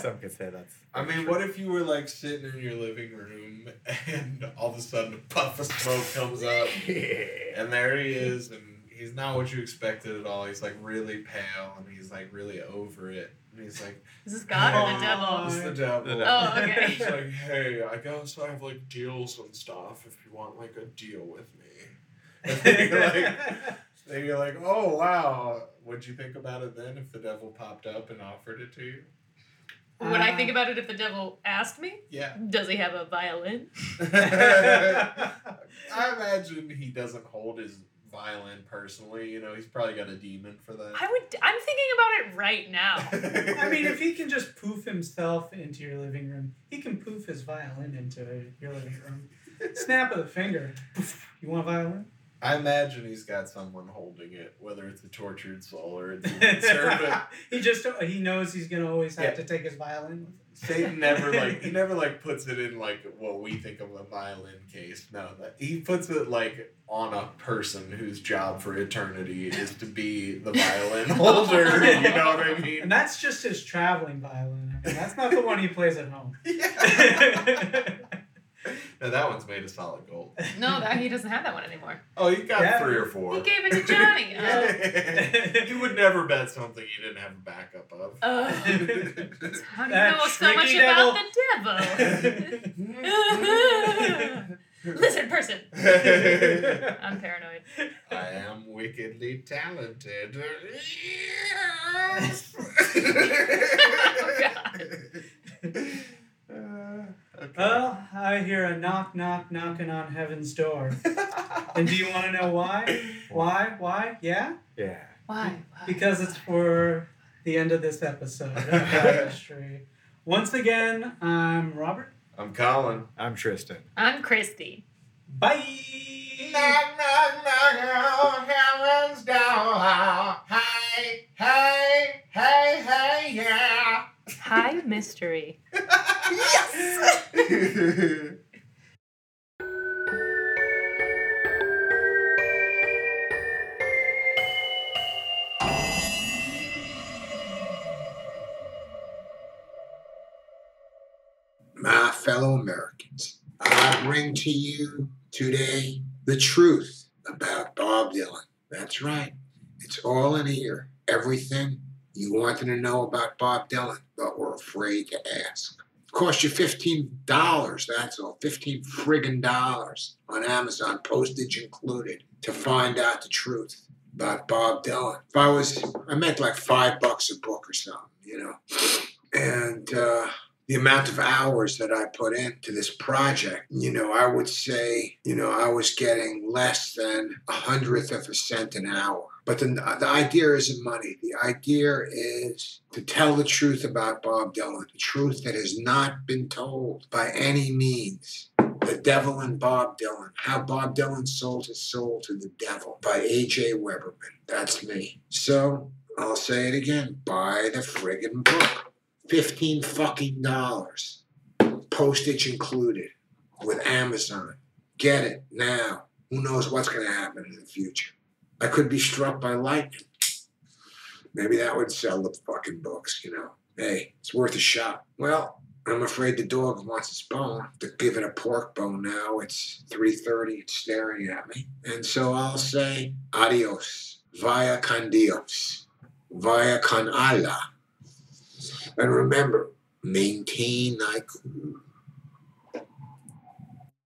[SPEAKER 5] some could say that's
[SPEAKER 3] I mean, what if you were like sitting in your living room, and all of a sudden a puff of smoke comes up,
[SPEAKER 5] Yeah. [LAUGHS]
[SPEAKER 3] And there he is, and he's not what you expected at all. He's like really pale, and he's like really over it. And he's like,
[SPEAKER 2] is this God or
[SPEAKER 1] Oh.
[SPEAKER 2] the devil
[SPEAKER 3] It's the devil.
[SPEAKER 5] The
[SPEAKER 2] devil. Oh, okay.
[SPEAKER 3] [LAUGHS] He's like, hey, I guess I have like deals and stuff if you want like a deal with me. And then you're like, then you're like, oh wow. What'd you think about it then if the devil popped up and offered it to you?
[SPEAKER 2] would I think about it if the devil asked me
[SPEAKER 3] Yeah. [LAUGHS]
[SPEAKER 2] does he have a violin
[SPEAKER 3] I [LAUGHS]
[SPEAKER 1] [LAUGHS]
[SPEAKER 3] imagine he doesn't hold his violin personally. You know, he's probably got a demon for that.
[SPEAKER 2] I would I'm thinking about it right
[SPEAKER 3] [LAUGHS]
[SPEAKER 2] now
[SPEAKER 1] I mean, if he can just poof himself into your living room, he can poof his violin into your living room. Snap of the finger. Poof. You want a violin?
[SPEAKER 3] I imagine he's got someone holding it, whether it's a tortured soul or a
[SPEAKER 1] [LAUGHS]
[SPEAKER 3] demon servant.
[SPEAKER 1] he just he knows he's gonna always have
[SPEAKER 3] Yeah.
[SPEAKER 1] to take his violin.
[SPEAKER 3] Satan never like he never like puts it in like what we think of a violin case. No, that he puts it like on a person whose job for eternity is to be the
[SPEAKER 1] [LAUGHS]
[SPEAKER 3] violin holder. [LAUGHS] you know what I
[SPEAKER 1] [LAUGHS] And
[SPEAKER 3] mean? [LAUGHS]
[SPEAKER 1] that's just his traveling violin. I mean, that's not the one he plays at
[SPEAKER 3] [LAUGHS]
[SPEAKER 1] home. [LAUGHS]
[SPEAKER 3] Yeah. no, that one's made of solid gold.
[SPEAKER 2] no that he doesn't have that one anymore
[SPEAKER 3] Oh, you got
[SPEAKER 1] Yeah.
[SPEAKER 3] three or four.
[SPEAKER 2] he gave it to [LAUGHS]
[SPEAKER 3] [LAUGHS]
[SPEAKER 2] Johnny oh.
[SPEAKER 1] [LAUGHS]
[SPEAKER 3] you would never bet something you didn't have a backup of.
[SPEAKER 2] Oh. How do you
[SPEAKER 1] That
[SPEAKER 2] know so much
[SPEAKER 1] tricky
[SPEAKER 2] about the devil? Lizard person.
[SPEAKER 1] [LAUGHS]
[SPEAKER 3] I
[SPEAKER 2] I'm paranoid. [LAUGHS]
[SPEAKER 3] am wickedly talented.
[SPEAKER 2] Oh, God.
[SPEAKER 1] well, Uh, I hear a knock, knock, knocking on heaven's
[SPEAKER 2] [LAUGHS]
[SPEAKER 1] door. And do you want to know why? Why? Why? Yeah?
[SPEAKER 2] Why? Why?
[SPEAKER 1] Because it's for the end of this episode of
[SPEAKER 2] [LAUGHS]
[SPEAKER 1] High Mystery. Once again, I'm Robert.
[SPEAKER 3] I'm Colin. [LAUGHS]
[SPEAKER 5] I'm Tristan.
[SPEAKER 2] I'm Christy.
[SPEAKER 1] Bye.
[SPEAKER 3] knock, knock, heaven's door. Hey, hey, hey, hey, yeah.
[SPEAKER 2] High mystery.
[SPEAKER 3] Yes!
[SPEAKER 7] My fellow Americans, I bring to you today the truth about Bob Dylan. That's right. It's all in here. Everything you wanted to know about Bob Dylan, but were afraid to ask. Cost you fifteen dollars, that's all. Fifteen friggin' dollars on Amazon, postage included, to find out the truth about Bob Dylan. If I was I meant like five bucks a book or something, you know. And uh the amount of hours that I put into this project, you know, I would say, you know, I was getting less than a hundredth of a cent an hour. But then the the idea isn't money. The idea is to tell the truth about Bob Dylan, the truth that has not been told by any means. The Devil and Bob Dylan, How Bob Dylan Sold His Soul to the Devil by A.J. Weberman. That's me. So I'll say it again buy the friggin' book. 15 fucking dollars. Postage included with Amazon. Get it now. Who knows what's going to happen in the future? I could be struck by lightning. Maybe that would sell the fucking books, you know. Hey, it's worth a shot. Well, I'm afraid the dog wants its bone. To give it a pork bone now, it's 3:30. It's staring at me, and so I'll say adios, via con Dios, via con Allah. And remember, maintain thy cool.